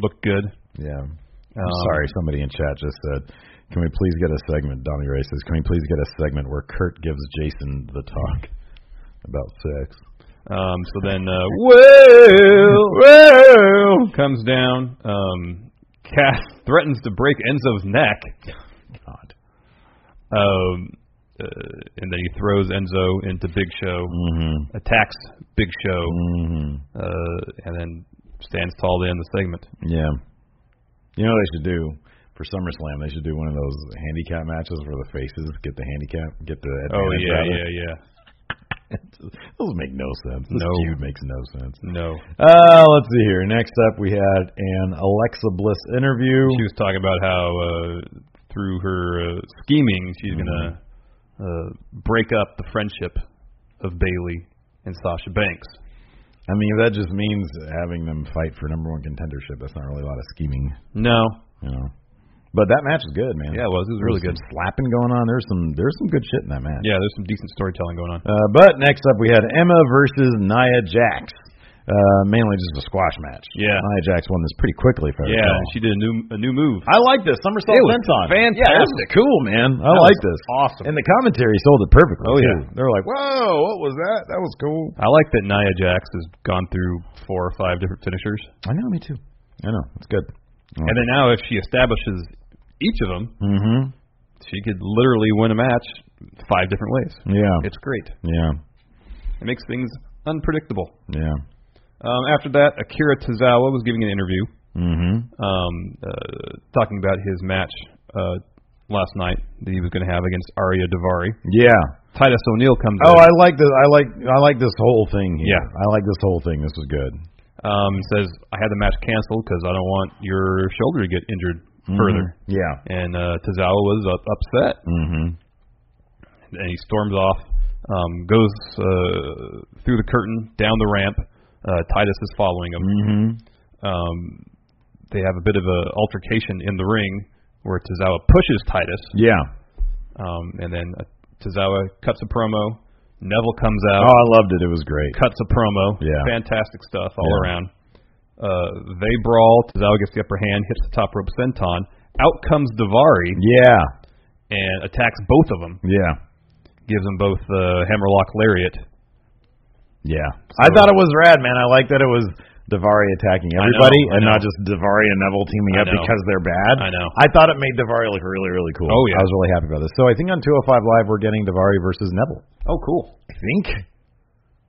[SPEAKER 2] Looked good.
[SPEAKER 1] Yeah. I'm
[SPEAKER 2] Um,
[SPEAKER 1] sorry, somebody in chat just said, "Can we please get a segment?" Donnie Ray says, "Can we please get a segment where Kurt gives Jason the talk about sex?"
[SPEAKER 2] Um, so then uh,
[SPEAKER 1] Well, well,
[SPEAKER 2] comes down. Um, Cass threatens to break Enzo's neck.
[SPEAKER 1] God.
[SPEAKER 2] Um, uh, and then he throws Enzo into Big Show.
[SPEAKER 1] Mm-hmm.
[SPEAKER 2] Attacks Big Show.
[SPEAKER 1] Mm-hmm.
[SPEAKER 2] uh, and then stands tall to end the segment.
[SPEAKER 1] Yeah. You know what they should do for SummerSlam? They should do one of those handicap matches where the faces get the handicap, get the
[SPEAKER 2] Oh
[SPEAKER 1] advantage
[SPEAKER 2] yeah,
[SPEAKER 1] rather.
[SPEAKER 2] yeah, yeah.
[SPEAKER 1] Those make no sense. This
[SPEAKER 2] No.
[SPEAKER 1] feud makes no sense.
[SPEAKER 2] No,
[SPEAKER 1] Uh, let's see here. Next up, we had an Alexa Bliss interview.
[SPEAKER 2] she was talking about how uh, through her uh, scheming, she's gonna uh, break up the friendship of Bailey and Sasha Banks.
[SPEAKER 1] I mean, that just means having them fight for number one contendership. That's not really a lot of scheming,
[SPEAKER 2] No,
[SPEAKER 1] you know. But that match is good, man.
[SPEAKER 2] yeah, it was. It was really
[SPEAKER 1] There's
[SPEAKER 2] good.
[SPEAKER 1] some slapping going on. There's some there's some good shit in that match.
[SPEAKER 2] Yeah, there's some decent storytelling going on.
[SPEAKER 1] Uh, but next up, we had Emma versus Nia Jax. Uh, mainly just a squash match.
[SPEAKER 2] Yeah.
[SPEAKER 1] Nia Jax won this pretty quickly. If I
[SPEAKER 2] Yeah,
[SPEAKER 1] recall.
[SPEAKER 2] she did a new a new move.
[SPEAKER 1] I like this somersault
[SPEAKER 2] It was
[SPEAKER 1] senton.
[SPEAKER 2] fantastic.
[SPEAKER 1] Yeah, this is cool, man. I
[SPEAKER 2] That
[SPEAKER 1] like
[SPEAKER 2] was
[SPEAKER 1] this. And
[SPEAKER 2] Awesome.
[SPEAKER 1] the commentary sold it perfectly.
[SPEAKER 2] Oh,
[SPEAKER 1] too.
[SPEAKER 2] yeah. Oh,
[SPEAKER 1] they were like, "Whoa, what was that? That was cool."
[SPEAKER 2] I like that Nia Jax has gone through four or five different finishers,
[SPEAKER 1] I know, me too. I know, it's good.
[SPEAKER 2] and then now if she establishes each of them,
[SPEAKER 1] Mm-hmm.
[SPEAKER 2] she could literally win a match five different ways.
[SPEAKER 1] Yeah.
[SPEAKER 2] It's great.
[SPEAKER 1] yeah.
[SPEAKER 2] It makes things unpredictable.
[SPEAKER 1] Yeah.
[SPEAKER 2] Um, after that, Akira Tozawa was giving an interview
[SPEAKER 1] Mm-hmm.
[SPEAKER 2] um, uh, talking about his match uh, last night that he was going to have against Arya Davari.
[SPEAKER 1] Yeah.
[SPEAKER 2] Titus O'Neil comes
[SPEAKER 1] Oh,
[SPEAKER 2] in
[SPEAKER 1] I like this. I like. I like this whole thing here.
[SPEAKER 2] Yeah.
[SPEAKER 1] I like this whole thing. This is good.
[SPEAKER 2] um, and says, I had the match canceled because I don't want your shoulder to get injured further.
[SPEAKER 1] Mhm. Yeah.
[SPEAKER 2] And uh, Tozawa was up, upset,
[SPEAKER 1] Mm-hmm.
[SPEAKER 2] and he storms off, um, goes uh, through the curtain, down the ramp. Uh, Titus is following him.
[SPEAKER 1] Mm-hmm.
[SPEAKER 2] um, they have a bit of a altercation in the ring where Tozawa pushes Titus,
[SPEAKER 1] Yeah.
[SPEAKER 2] um, and then uh, Tozawa cuts a promo. Neville comes
[SPEAKER 1] Oh,
[SPEAKER 2] out,
[SPEAKER 1] I loved it. It was great.
[SPEAKER 2] cuts a promo.
[SPEAKER 1] Yeah.
[SPEAKER 2] Fantastic stuff all
[SPEAKER 1] Yeah.
[SPEAKER 2] around. Uh, they brawl. Tozawa gets the upper hand, hits the top rope senton. Out comes Davari
[SPEAKER 1] Yeah.
[SPEAKER 2] and attacks both of them,
[SPEAKER 1] Yeah.
[SPEAKER 2] gives them both the hammerlock lariat.
[SPEAKER 1] Yeah. I thought it was rad, man. I like that it was Davari attacking
[SPEAKER 2] I know,
[SPEAKER 1] everybody
[SPEAKER 2] I
[SPEAKER 1] and
[SPEAKER 2] know.
[SPEAKER 1] not just Davari and Neville teaming
[SPEAKER 2] I
[SPEAKER 1] up
[SPEAKER 2] know.
[SPEAKER 1] because they're bad.
[SPEAKER 2] I know.
[SPEAKER 1] I thought it made Davari look really, really cool.
[SPEAKER 2] Oh, yeah.
[SPEAKER 1] I was really happy about this. So I think on 205 Live we're getting Davari versus Neville.
[SPEAKER 2] Oh, cool.
[SPEAKER 1] I think.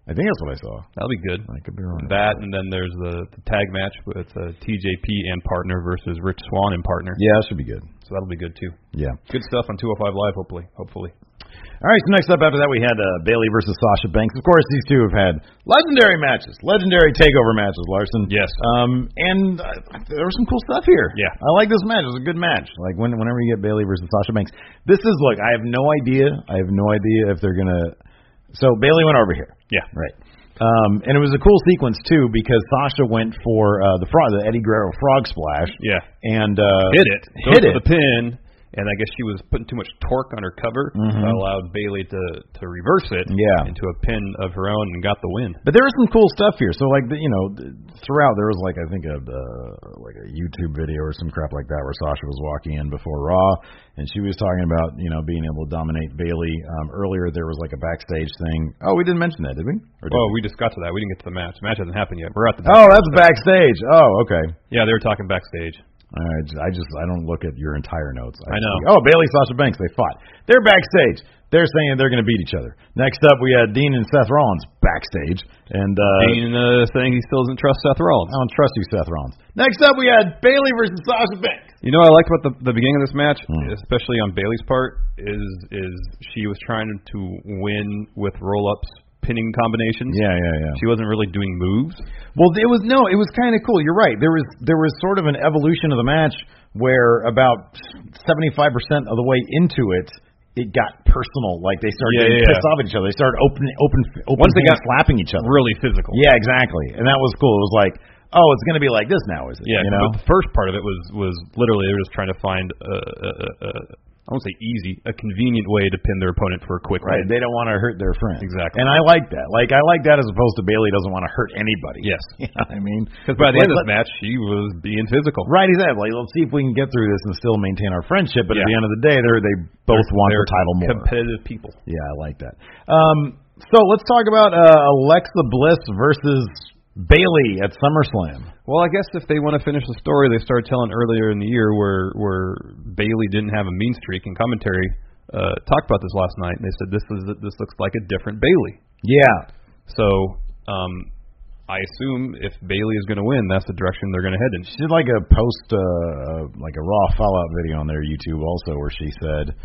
[SPEAKER 1] I think that's what I saw.
[SPEAKER 2] That'll be good.
[SPEAKER 1] I could be wrong.
[SPEAKER 2] That and then there's the, the tag match with uh, TJP and partner versus Rich Swan and partner.
[SPEAKER 1] Yeah, that should be good.
[SPEAKER 2] So that'll be good too.
[SPEAKER 1] Yeah.
[SPEAKER 2] Good stuff on 205 Live, hopefully. Hopefully.
[SPEAKER 1] All right, so next up after that we had uh, Bailey versus Sasha Banks. Of course, these two have had legendary matches, legendary takeover matches. Larson,
[SPEAKER 2] Yes.
[SPEAKER 1] Um, and uh, there was some cool stuff here.
[SPEAKER 2] Yeah.
[SPEAKER 1] I like this match. It was a good match. Like when, whenever you get Bailey versus Sasha Banks, this is look. I have no idea. I have no idea if they're gonna. So Bailey went over here.
[SPEAKER 2] Yeah.
[SPEAKER 1] Right. Um, and it was a cool sequence too because Sasha went for uh, the frog, the Eddie Guerrero frog splash.
[SPEAKER 2] Yeah.
[SPEAKER 1] And uh,
[SPEAKER 2] hit it,
[SPEAKER 1] Hit it.
[SPEAKER 2] goes for the pin, and I guess she was putting too much torque on her cover.
[SPEAKER 1] Mhm.
[SPEAKER 2] That allowed Bailey to to reverse it
[SPEAKER 1] Yeah.
[SPEAKER 2] into a pin of her own and got the win.
[SPEAKER 1] But there was some cool stuff here. So like the, you know, th- throughout there was like I think a uh, like a YouTube video or some crap like that where Sasha was walking in before Raw, and she was talking about you know being able to dominate Bailey. Um, earlier there was like a backstage thing. Oh, we didn't mention that, did we? Or did
[SPEAKER 2] Oh,
[SPEAKER 1] we?
[SPEAKER 2] we just got to that. We didn't get to the match. The match hasn't happened yet. We're at the
[SPEAKER 1] oh, that's backstage. Oh, okay.
[SPEAKER 2] yeah. They were talking backstage.
[SPEAKER 1] All right, j- I just I don't look at your entire notes. just
[SPEAKER 2] I know.
[SPEAKER 1] think, oh, Bailey, Sasha Banks, they fought. They're backstage. They're saying they're going to beat each other. Next up, we had Dean and Seth Rollins backstage, and uh,
[SPEAKER 2] Dean uh, saying he still doesn't trust Seth Rollins.
[SPEAKER 1] I don't trust you, Seth Rollins. Next up, we had Bailey versus Sasha Banks.
[SPEAKER 2] You know, what I liked about the the beginning of this match,
[SPEAKER 1] Hmm.
[SPEAKER 2] especially on Bailey's part, is is she was trying to win with roll ups, pinning combinations.
[SPEAKER 1] Yeah, yeah, yeah.
[SPEAKER 2] She wasn't really doing moves.
[SPEAKER 1] Well, it was no, it was kind of cool. You're right. There was there was sort of an evolution of the match where about 75% of the way into it, it got personal. Like they started
[SPEAKER 2] Yeah,
[SPEAKER 1] getting
[SPEAKER 2] yeah,
[SPEAKER 1] pissed
[SPEAKER 2] yeah.
[SPEAKER 1] off at each other. They started open open open
[SPEAKER 2] Once they
[SPEAKER 1] hands
[SPEAKER 2] got
[SPEAKER 1] slapping each other.
[SPEAKER 2] Really physical.
[SPEAKER 1] Yeah, exactly. And that was cool. It was like, oh, it's going to be like this now, is it?
[SPEAKER 2] Yeah,
[SPEAKER 1] you know.
[SPEAKER 2] but the first part of it was was literally they were just trying to find a, a, a, a I won't say easy, a convenient way to pin their opponent for a quick
[SPEAKER 1] Right,
[SPEAKER 2] win.
[SPEAKER 1] they don't want to hurt their friends.
[SPEAKER 2] Exactly.
[SPEAKER 1] And I like that. Like I like that as opposed to Bailey doesn't want to hurt anybody.
[SPEAKER 2] Yes.
[SPEAKER 1] You know what I mean,
[SPEAKER 2] Because by the
[SPEAKER 1] Like,
[SPEAKER 2] end
[SPEAKER 1] let-
[SPEAKER 2] of the match, she was being physical.
[SPEAKER 1] Right, exactly. Like, let's see if we can get through this and still maintain our friendship. But at
[SPEAKER 2] Yeah.
[SPEAKER 1] the end of the day, they're, they both want
[SPEAKER 2] They're
[SPEAKER 1] the title more.
[SPEAKER 2] Competitive people.
[SPEAKER 1] yeah, I like that. Um, so let's talk about uh, Alexa Bliss versus Bailey at SummerSlam.
[SPEAKER 2] Well, I guess if they want to finish the story they started telling earlier in the year, where where Bailey didn't have a mean streak in commentary, uh, talked about this last night, and they said this is this looks like a different Bailey.
[SPEAKER 1] Yeah,
[SPEAKER 2] So. um I assume if Bailey is going to win, that's the direction they're going to head in.
[SPEAKER 1] she did like a post, uh, like a raw fallout video on their YouTube also, where she said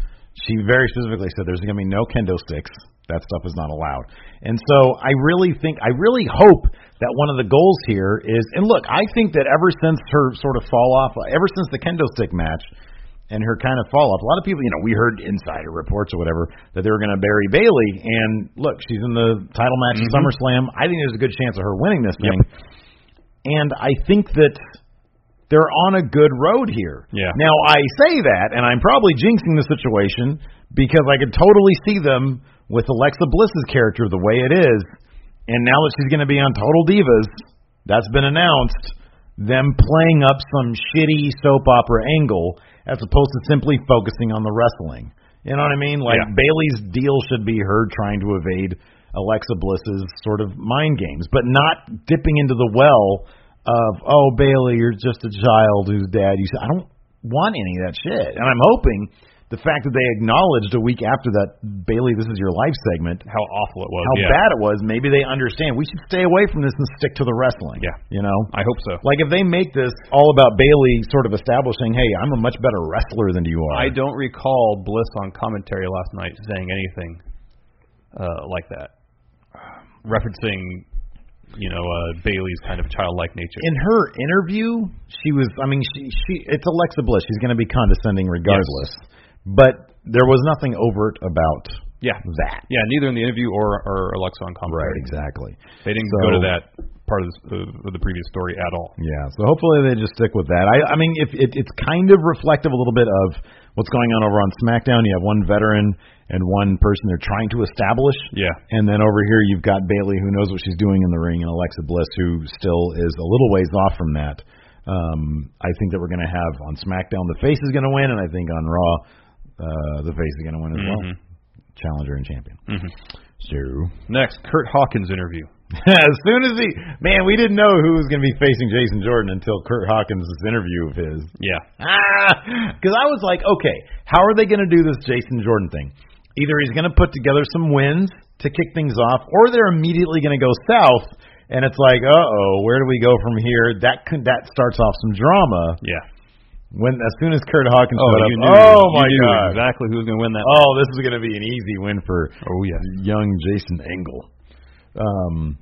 [SPEAKER 1] she very specifically said there's going to be no kendo sticks. That stuff is not allowed. And so I really think, I really hope that one of the goals here is, and look, I think that ever since her sort of fall off, ever since the kendo stick match, and her kind of fall off. A lot of people, you know, we heard insider reports or whatever that they were going to bury Bailey. And look, she's in the title match at SummerSlam. I think there's a good chance of her winning this thing. And I think that they're on a good road here.
[SPEAKER 2] Yeah.
[SPEAKER 1] Now I say that, and I'm probably jinxing the situation because I could totally see them with Alexa Bliss's character the way it is, and now that she's going to be on Total Divas, that's been announced. Them playing up some shitty soap opera angle as opposed to simply focusing on the wrestling. You know what I mean? Like
[SPEAKER 2] Yeah.
[SPEAKER 1] Bailey's deal should be her trying to evade Alexa Bliss's sort of mind games, but not dipping into the well of oh Bailey, you're just a child whose dad you. I don't want any of that shit, and I'm hoping the fact that they acknowledged a week after that Bailey, this is your life segment,
[SPEAKER 2] How awful it was!
[SPEAKER 1] how
[SPEAKER 2] yeah.
[SPEAKER 1] bad it was. Maybe they understand. We should stay away from this and stick to the wrestling.
[SPEAKER 2] Yeah.
[SPEAKER 1] you know.
[SPEAKER 2] I hope so.
[SPEAKER 1] like if they make this all about Bailey sort of establishing, hey, I'm a much better wrestler than you are.
[SPEAKER 2] I don't recall Bliss on commentary last night saying anything uh, like that, referencing you know uh, Bailey's kind of childlike nature.
[SPEAKER 1] in her interview, she was. I mean, she she. It's Alexa Bliss. She's going to be condescending regardless. But there was nothing overt about
[SPEAKER 2] yeah,
[SPEAKER 1] that.
[SPEAKER 2] yeah. Neither in the interview or or Alexa on commentary.
[SPEAKER 1] Right. Exactly.
[SPEAKER 2] They didn't
[SPEAKER 1] So-
[SPEAKER 2] go to that part of the, of the previous story at all.
[SPEAKER 1] Yeah. So hopefully they just stick with that. I I mean, if it, it's kind of reflective a little bit of what's going on over on SmackDown. You have one veteran and one person they're trying to establish.
[SPEAKER 2] Yeah.
[SPEAKER 1] And then over here you've got Bailey who knows what she's doing in the ring and Alexa Bliss who still is a little ways off from that. Um, I think that we're going to have on SmackDown the face is going to win, and I think on Raw uh, the face is going to win as well. Challenger and champion. So
[SPEAKER 2] Next, Kurt Hawkins interview.
[SPEAKER 1] as soon as he, man, we didn't know who was going to be facing Jason Jordan until Kurt Hawkins' interview of his.
[SPEAKER 2] Yeah,
[SPEAKER 1] Because I was like, okay, how are they going to do this Jason Jordan thing? Either he's going to put together some wins to kick things off, or they're immediately going to go south, and it's like, uh oh, where do we go from here? That could, that starts off some drama.
[SPEAKER 2] yeah.
[SPEAKER 1] When as soon as Kurt Hawkins showed up,
[SPEAKER 2] you knew,
[SPEAKER 1] oh
[SPEAKER 2] you
[SPEAKER 1] my
[SPEAKER 2] knew
[SPEAKER 1] god!
[SPEAKER 2] Exactly who was going to win that.
[SPEAKER 1] Oh, this is going to be an easy win for
[SPEAKER 2] Oh, yes.
[SPEAKER 1] young Jason Engel. Um,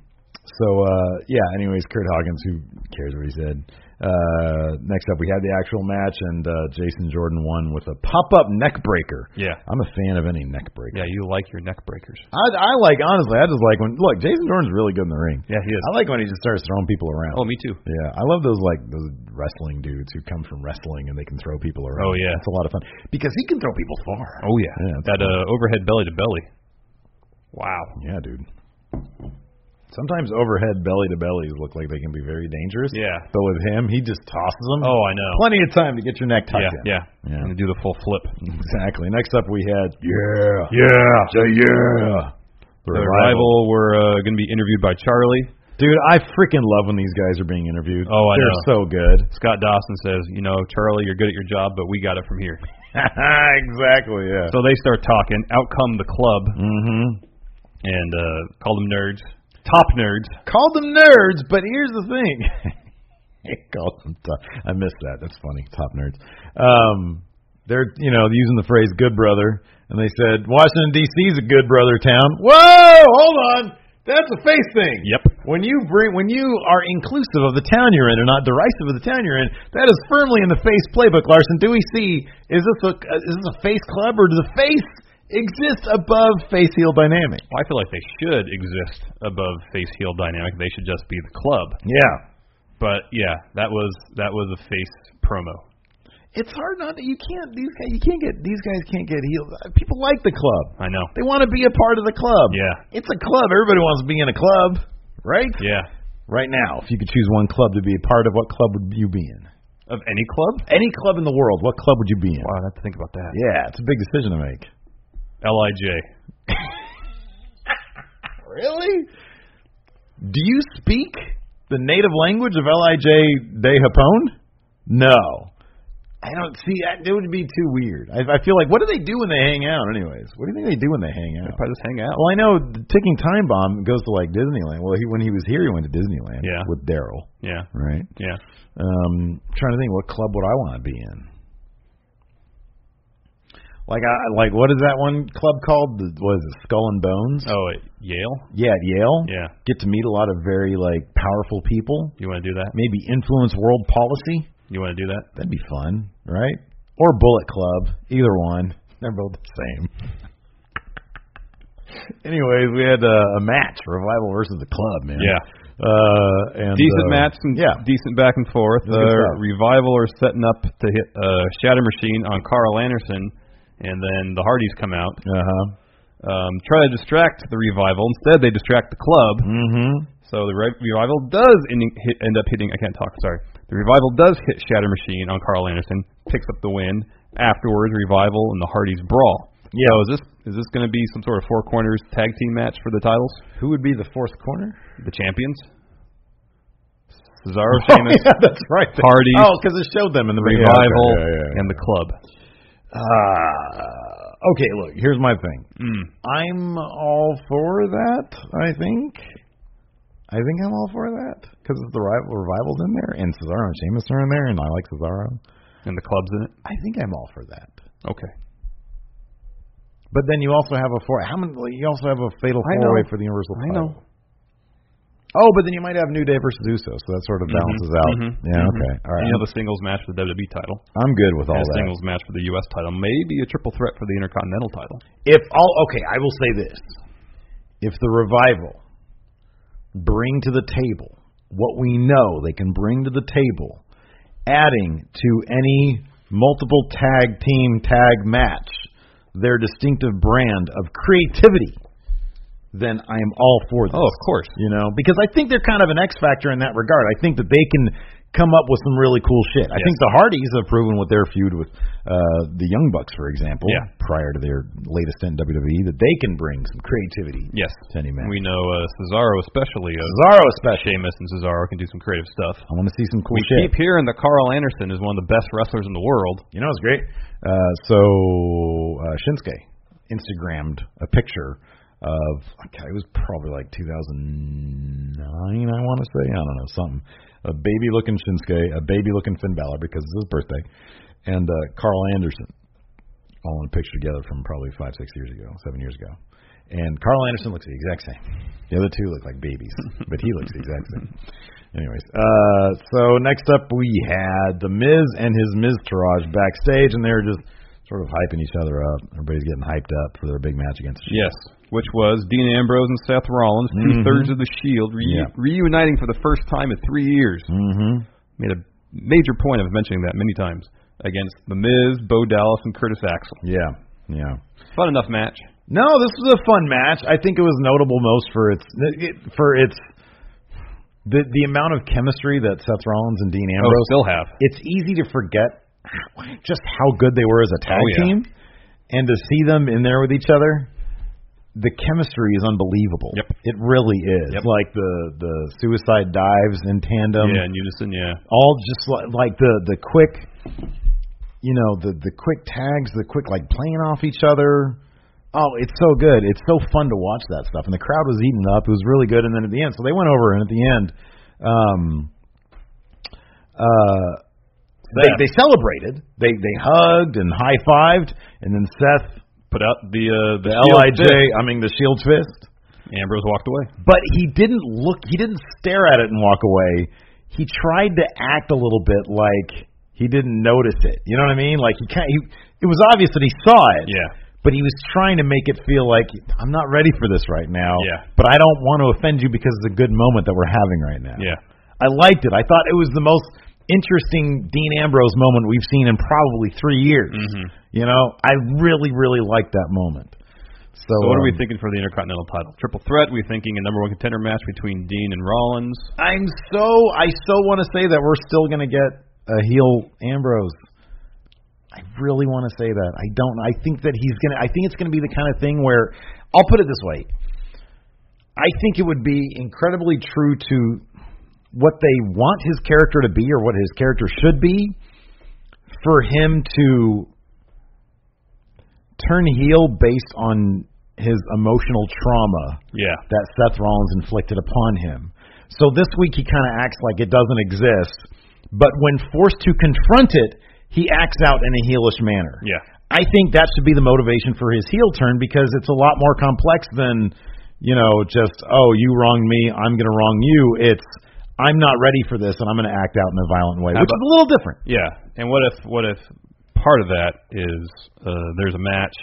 [SPEAKER 1] so uh, yeah. Anyways, Kurt Hawkins, who cares what he said? Uh, next up, we had the actual match, and uh, Jason Jordan won with a pop-up neck breaker.
[SPEAKER 2] Yeah.
[SPEAKER 1] I'm a fan of any neck breaker.
[SPEAKER 2] Yeah, you like your neck breakers.
[SPEAKER 1] I, I like honestly. I just like when look Jason Jordan's really good in the ring.
[SPEAKER 2] Yeah, he is.
[SPEAKER 1] I like when he just starts throwing people around.
[SPEAKER 2] Oh, me too.
[SPEAKER 1] Yeah, I love those like those wrestling dudes who come from wrestling and they can throw people around.
[SPEAKER 2] Oh, yeah.
[SPEAKER 1] it's a lot of fun because he can throw people far.
[SPEAKER 2] Oh yeah,
[SPEAKER 1] Yeah, that's
[SPEAKER 2] that uh, overhead belly to belly. Wow.
[SPEAKER 1] Yeah, dude. Sometimes overhead belly to bellies look like they can be very dangerous.
[SPEAKER 2] Yeah.
[SPEAKER 1] but with him, he just tosses them.
[SPEAKER 2] Oh, I know.
[SPEAKER 1] plenty of time to get your neck tucked
[SPEAKER 2] Yeah,
[SPEAKER 1] in.
[SPEAKER 2] yeah,
[SPEAKER 1] Yeah.
[SPEAKER 2] And do the full flip.
[SPEAKER 1] exactly. Next up, we had yeah,
[SPEAKER 3] Yeah.
[SPEAKER 1] Say yeah. The
[SPEAKER 2] The
[SPEAKER 1] Revival.
[SPEAKER 2] rival were uh, going to be interviewed by Charlie.
[SPEAKER 1] dude. I freaking love when these guys are being interviewed.
[SPEAKER 2] Oh, I
[SPEAKER 1] They're so good.
[SPEAKER 2] Scott Dawson says, "You know, Charlie, you're good at your job, but we got it from here."
[SPEAKER 1] exactly. Yeah.
[SPEAKER 2] So they start talking. Out come the club
[SPEAKER 1] mm-hmm.
[SPEAKER 2] and uh, call them nerds, top nerds.
[SPEAKER 1] Called them nerds, but here's the thing. Called them top. I missed that. That's funny. Top nerds. Um, they're you know using the phrase "good brother," and they said Washington D.C. is a good brother town. Whoa, hold on. That's a face thing.
[SPEAKER 2] Yep.
[SPEAKER 1] When you bring, when you are inclusive of the town you're in and not derisive of the town you're in, that is firmly in the face playbook. Larson, do we see is this a is this a face club or does the face exist above face heel dynamic?
[SPEAKER 2] Well, I feel like they should exist above face heel dynamic. They should just be the club.
[SPEAKER 1] Yeah,
[SPEAKER 2] But yeah, that was that was a face promo.
[SPEAKER 1] it's hard not to. You can't these guys. You can't get these guys can't get healed. Uh, People like the club.
[SPEAKER 2] I know.
[SPEAKER 1] They want to be a part of the club.
[SPEAKER 2] Yeah.
[SPEAKER 1] it's a club. Everybody wants to be in a club, right?
[SPEAKER 2] Yeah.
[SPEAKER 1] Right now, if you could choose one club to be a part of, what club would you be in?
[SPEAKER 2] Of any club?
[SPEAKER 1] Any club in the world, what club would you be in?
[SPEAKER 2] Wow, I have to think about that.
[SPEAKER 1] Yeah, it's a big decision to make.
[SPEAKER 2] Lij.
[SPEAKER 1] Really? Do you speak the native language of Lij De Japón? No. I don't see. I- It would be too weird. I, I feel like, what do they do when they hang out? Anyways, what do you think they do when they hang out?
[SPEAKER 2] Probably just hang out.
[SPEAKER 1] Well, I know the ticking time bomb goes to like Disneyland. Well, he when he was here, he went to Disneyland.
[SPEAKER 2] Yeah.
[SPEAKER 1] With Daryl,
[SPEAKER 2] Yeah.
[SPEAKER 1] right?
[SPEAKER 2] Yeah.
[SPEAKER 1] Um, trying to think, what club would I want to be in? Like, I like what is that one club called? The, what is it? Skull and Bones.
[SPEAKER 2] Oh, at Yale?
[SPEAKER 1] Yeah, at Yale.
[SPEAKER 2] Yeah.
[SPEAKER 1] Get to meet a lot of very like powerful people.
[SPEAKER 2] You want to do that?
[SPEAKER 1] Maybe influence world policy.
[SPEAKER 2] You want to do that?
[SPEAKER 1] That'd be fun, right? Or Bullet Club, either one. They're both the same. Anyways, we had uh, a match, Revival versus the Club, man.
[SPEAKER 2] Yeah.
[SPEAKER 1] Uh, and
[SPEAKER 2] Decent
[SPEAKER 1] uh,
[SPEAKER 2] match, some
[SPEAKER 1] Yeah.
[SPEAKER 2] decent back and forth.
[SPEAKER 1] was good stuff.
[SPEAKER 2] Uh, Revival are setting up to hit uh, Shatter Machine on Carl Anderson, and then the Hardys come out.
[SPEAKER 1] Uh huh.
[SPEAKER 2] Um, try to distract the Revival. Instead, they distract the club.
[SPEAKER 1] Mm-hmm.
[SPEAKER 2] So the Re- revival does end, hit, end up hitting. I can't talk. Sorry. The revival does hit Shatter Machine on Carl Anderson, picks up the win. Afterwards, revival and the Hardys brawl.
[SPEAKER 1] Yeah.
[SPEAKER 2] So is this is this going to be some sort of four corners tag team match for the titles?
[SPEAKER 1] Who would be the fourth corner?
[SPEAKER 2] The champions. Cesaro, Sheamus,
[SPEAKER 1] Oh, yeah, that's right.
[SPEAKER 2] Hardy.
[SPEAKER 1] Oh, because it showed them in the
[SPEAKER 2] revival,
[SPEAKER 1] Yeah, yeah, yeah.
[SPEAKER 2] and the club.
[SPEAKER 1] Uh, okay, look, here's my thing.
[SPEAKER 2] Mm.
[SPEAKER 1] I'm all for that, I think. I think I'm all for that because the rival revival's in there, and Cesaro and Sheamus are in there, and I like Cesaro.
[SPEAKER 2] And the club's in it.
[SPEAKER 1] I think I'm all for that.
[SPEAKER 2] Okay.
[SPEAKER 1] But then you also have a four. How many? You also have a fatal
[SPEAKER 2] I
[SPEAKER 1] four way
[SPEAKER 2] know.
[SPEAKER 1] for the universal.
[SPEAKER 2] I
[SPEAKER 1] title.
[SPEAKER 2] know.
[SPEAKER 1] Oh, but then you might have New Day versus Uso, so that sort of balances out.
[SPEAKER 2] Mhm.
[SPEAKER 1] Yeah.
[SPEAKER 2] Mhm.
[SPEAKER 1] Okay. All right.
[SPEAKER 2] You have a singles match for the WWE title.
[SPEAKER 1] I'm good with all
[SPEAKER 2] and a
[SPEAKER 1] that.
[SPEAKER 2] singles match for the U.S. title. Maybe a triple threat for the Intercontinental title.
[SPEAKER 1] If all okay, I will say this: if the revival bring to the table what we know they can bring to the table, adding to any multiple tag team tag match their distinctive brand of creativity, then I am all for this.
[SPEAKER 2] Oh, of course.
[SPEAKER 1] You know, because I think they're kind of an X factor in that regard. I think that they can come up with some really cool shit. I
[SPEAKER 2] Yes.
[SPEAKER 1] think the Hardys have proven with their feud with uh the Young Bucks, for example,
[SPEAKER 2] Yeah.
[SPEAKER 1] prior to their latest stint in WWE, that they can bring some creativity
[SPEAKER 2] Yes.
[SPEAKER 1] to any match.
[SPEAKER 2] We know uh, Cesaro especially. Uh,
[SPEAKER 1] Cesaro especially.
[SPEAKER 2] Sheamus and Cesaro can do some creative stuff.
[SPEAKER 1] I want to see some cool
[SPEAKER 2] We
[SPEAKER 1] shit.
[SPEAKER 2] keep hearing that Carl Anderson is one of the best wrestlers in the world.
[SPEAKER 1] You know, it's great. Uh, so uh, Shinsuke Instagrammed a picture of okay, it was probably like 2009, I want to say, I don't know, something. A baby looking Shinsuke, a baby looking Finn Balor because it's his birthday, and uh, Carl Anderson, all in a picture together from probably five, six years ago, seven years ago. And Carl Anderson looks the exact same. The other two look like babies, but he looks the exact same. Anyways, uh, so next up we had The Miz and his Miztourage backstage, and they were just sort of hyping each other up. Everybody's getting hyped up for their big match against the Shield.
[SPEAKER 2] Yes, which was Dean Ambrose and Seth Rollins, two thirds of the Shield, re-
[SPEAKER 1] Mm-hmm. Yeah.
[SPEAKER 2] reuniting for the first time in three years.
[SPEAKER 1] Mm-hmm.
[SPEAKER 2] Made a major point of mentioning that many times against The Miz, Bo Dallas, and Curtis Axel.
[SPEAKER 1] Yeah, yeah.
[SPEAKER 2] Fun enough match.
[SPEAKER 1] No, this was a fun match. I think it was notable most for its it- for its the the amount of chemistry that Seth Rollins and Dean
[SPEAKER 2] Oh,
[SPEAKER 1] Ambrose
[SPEAKER 2] still have.
[SPEAKER 1] it's easy to forget just how good they were as a tag
[SPEAKER 2] Oh, yeah.
[SPEAKER 1] team, and to see them in there with each other, the chemistry is unbelievable.
[SPEAKER 2] Yep.
[SPEAKER 1] It really is.
[SPEAKER 2] Yep.
[SPEAKER 1] Like the the suicide dives in tandem,
[SPEAKER 2] yeah, in unison. Yeah.
[SPEAKER 1] all just like, like the the quick, you know, the the quick tags, the quick like playing off each other. Oh, it's so good. It's so fun to watch that stuff. And the crowd was eating up. It was really good. And then at the end, so they went over and at the end, um, uh. They, they celebrated. They they hugged and high fived, and then Seth
[SPEAKER 2] Put out the uh, the,
[SPEAKER 1] Lij.
[SPEAKER 2] shield fist.
[SPEAKER 1] I mean the shield fist.
[SPEAKER 2] Ambrose walked away.
[SPEAKER 1] But he didn't look. He didn't stare at it and walk away. He tried to act a little bit like he didn't notice it. You know what I mean? Like he can't. He, it was obvious that he saw it.
[SPEAKER 2] Yeah.
[SPEAKER 1] But he was trying to make it feel like I'm not ready for this right now.
[SPEAKER 2] Yeah.
[SPEAKER 1] But I don't want to offend you because it's a good moment that we're having right now.
[SPEAKER 2] Yeah.
[SPEAKER 1] I liked it. I thought it was the most interesting Dean Ambrose moment we've seen in probably three years.
[SPEAKER 2] Mm-hmm.
[SPEAKER 1] You know, I really, really liked that moment. So,
[SPEAKER 2] So what are we
[SPEAKER 1] um,
[SPEAKER 2] thinking for the Intercontinental title? Triple threat. We're thinking a number one contender match between Dean and Rollins.
[SPEAKER 1] I'm so I so want to say that we're still going to get a heel Ambrose. I really want to say that. I don't. I think that he's gonna. I think it's gonna be the kind of thing where I'll put it this way. I think it would be incredibly true to what they want his character to be or what his character should be for him to turn heel based on his emotional trauma
[SPEAKER 2] Yeah.
[SPEAKER 1] that Seth Rollins inflicted upon him. So this week he kind of acts like it doesn't exist, but when forced to confront it, he acts out in a heelish manner.
[SPEAKER 2] Yeah.
[SPEAKER 1] I think that should be the motivation for his heel turn because it's a lot more complex than, you know, just oh you wronged me, I'm going to wrong you. It's I'm not ready for this and I'm going to act out in a violent way,
[SPEAKER 2] How
[SPEAKER 1] which is a
[SPEAKER 2] about-
[SPEAKER 1] little different.
[SPEAKER 2] Yeah, and what if what if part of that is uh, there's a match,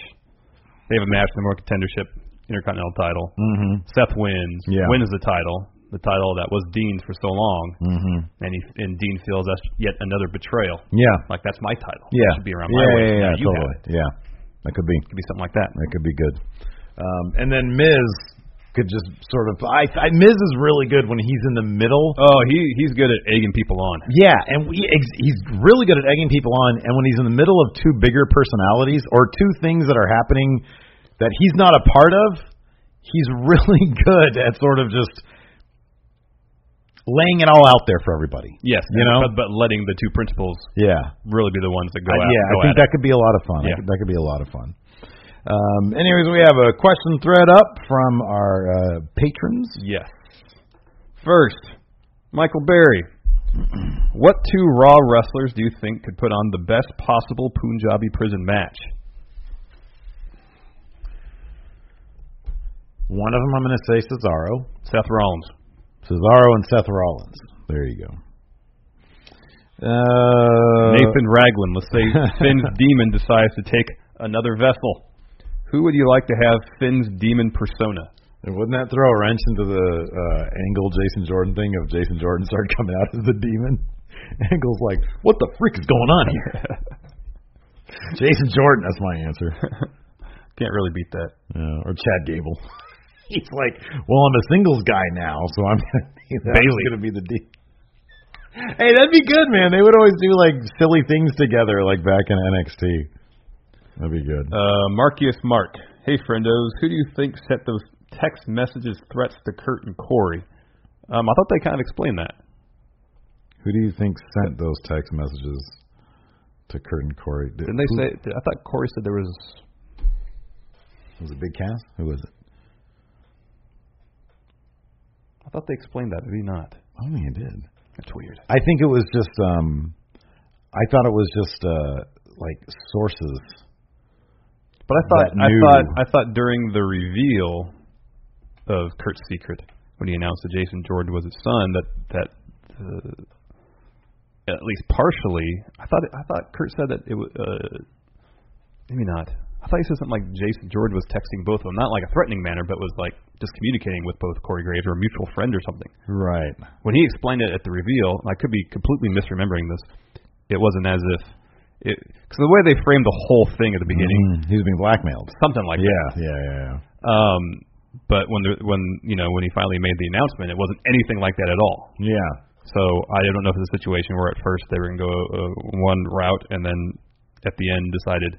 [SPEAKER 2] they have a match for the World Contendership Intercontinental Title.
[SPEAKER 1] Mm-hmm.
[SPEAKER 2] Seth wins,
[SPEAKER 1] Yeah.
[SPEAKER 2] wins the title, the title that was Dean's for so long,
[SPEAKER 1] Mm-hmm.
[SPEAKER 2] and he and Dean feels that's yet another betrayal.
[SPEAKER 1] Yeah.
[SPEAKER 2] Like that's my title. It
[SPEAKER 1] Yeah.
[SPEAKER 2] should be around
[SPEAKER 1] yeah,
[SPEAKER 2] my waist.
[SPEAKER 1] yeah, yeah,
[SPEAKER 2] Now you have
[SPEAKER 1] totally.
[SPEAKER 2] it.
[SPEAKER 1] Yeah, that could be.
[SPEAKER 2] Could be something like that.
[SPEAKER 1] That could be good. Um, and then Miz could just sort of. I, I Miz is really good when he's in the middle.
[SPEAKER 2] Oh, he he's good at egging people on.
[SPEAKER 1] Yeah, and we, ex- he's really good at egging people on. And when he's in the middle of two bigger personalities or two things that are happening that he's not a part of, he's really good at sort of just laying it all out there for everybody.
[SPEAKER 2] Yes,
[SPEAKER 1] You know?
[SPEAKER 2] but, but letting the two principals
[SPEAKER 1] Yeah.
[SPEAKER 2] really be the ones that go
[SPEAKER 1] I,
[SPEAKER 2] out.
[SPEAKER 1] yeah, I
[SPEAKER 2] go
[SPEAKER 1] think
[SPEAKER 2] at it.
[SPEAKER 1] that could be a lot of fun. I
[SPEAKER 2] Yeah.
[SPEAKER 1] could- that could be a lot of fun. Um, anyways, we have a question thread up from our uh, patrons.
[SPEAKER 2] Yes. First, Michael Berry. what two Raw wrestlers do you think could put on the best possible Punjabi prison match?
[SPEAKER 1] One of them I'm going to say Cesaro.
[SPEAKER 2] Seth Rollins.
[SPEAKER 1] Cesaro and Seth Rollins. There you go. Uh,
[SPEAKER 2] Nathan Raglan. Let's say Finn's demon decides to take another vessel. Who would you like to have Finn's demon persona?
[SPEAKER 1] Wouldn't that throw a wrench into the uh, angle Jason Jordan thing of Jason Jordan started coming out as the demon? Angle's like, what the freak is going on here? Jason Jordan, that's my answer.
[SPEAKER 2] Can't really beat that.
[SPEAKER 1] Uh, or Chad Gable. He's like, well, I'm a singles guy now, so I'm gonna be- that's
[SPEAKER 2] Bailey.
[SPEAKER 1] gonna be the demon. Hey, that'd be good, man. They would always do like silly things together, like back in NXT. That'd be good.
[SPEAKER 2] Uh, Marcius Mark. Hey, friendos. Who do you think sent those text messages threats to Kurt and Corey? Um, I thought they kind of explained that.
[SPEAKER 1] Who do you think sent those text messages to Kurt and Corey? Did,
[SPEAKER 2] Didn't they say? I thought Corey said there was
[SPEAKER 1] it was a big cast? Who was it?
[SPEAKER 2] thought they explained that. Maybe not.
[SPEAKER 1] I don't think it did.
[SPEAKER 2] That's weird.
[SPEAKER 1] I think it was just. um I thought it was just uh like sources.
[SPEAKER 2] But I thought
[SPEAKER 1] That
[SPEAKER 2] I
[SPEAKER 1] new-
[SPEAKER 2] thought I thought during the reveal of Kurt's secret when he announced that Jason Jordan was his son that that uh, at least partially I thought I thought Kurt said that it was uh, maybe not I thought he said something like Jason Jordan was texting both of them not like a threatening manner but was like just communicating with both Corey Graves or a mutual friend or something
[SPEAKER 1] Right.
[SPEAKER 2] when he explained it at the reveal, and I could be completely misremembering this, it wasn't as if it because the way they framed the whole thing at the beginning,
[SPEAKER 1] Mhm. He was being blackmailed.
[SPEAKER 2] something like that.
[SPEAKER 1] Yeah, yeah, yeah, yeah.
[SPEAKER 2] Um, but when the, when you know when he finally made the announcement, it wasn't anything like that at all.
[SPEAKER 1] Yeah.
[SPEAKER 2] So I don't know if it's a situation where at first they were going to go uh, one route and then at the end decided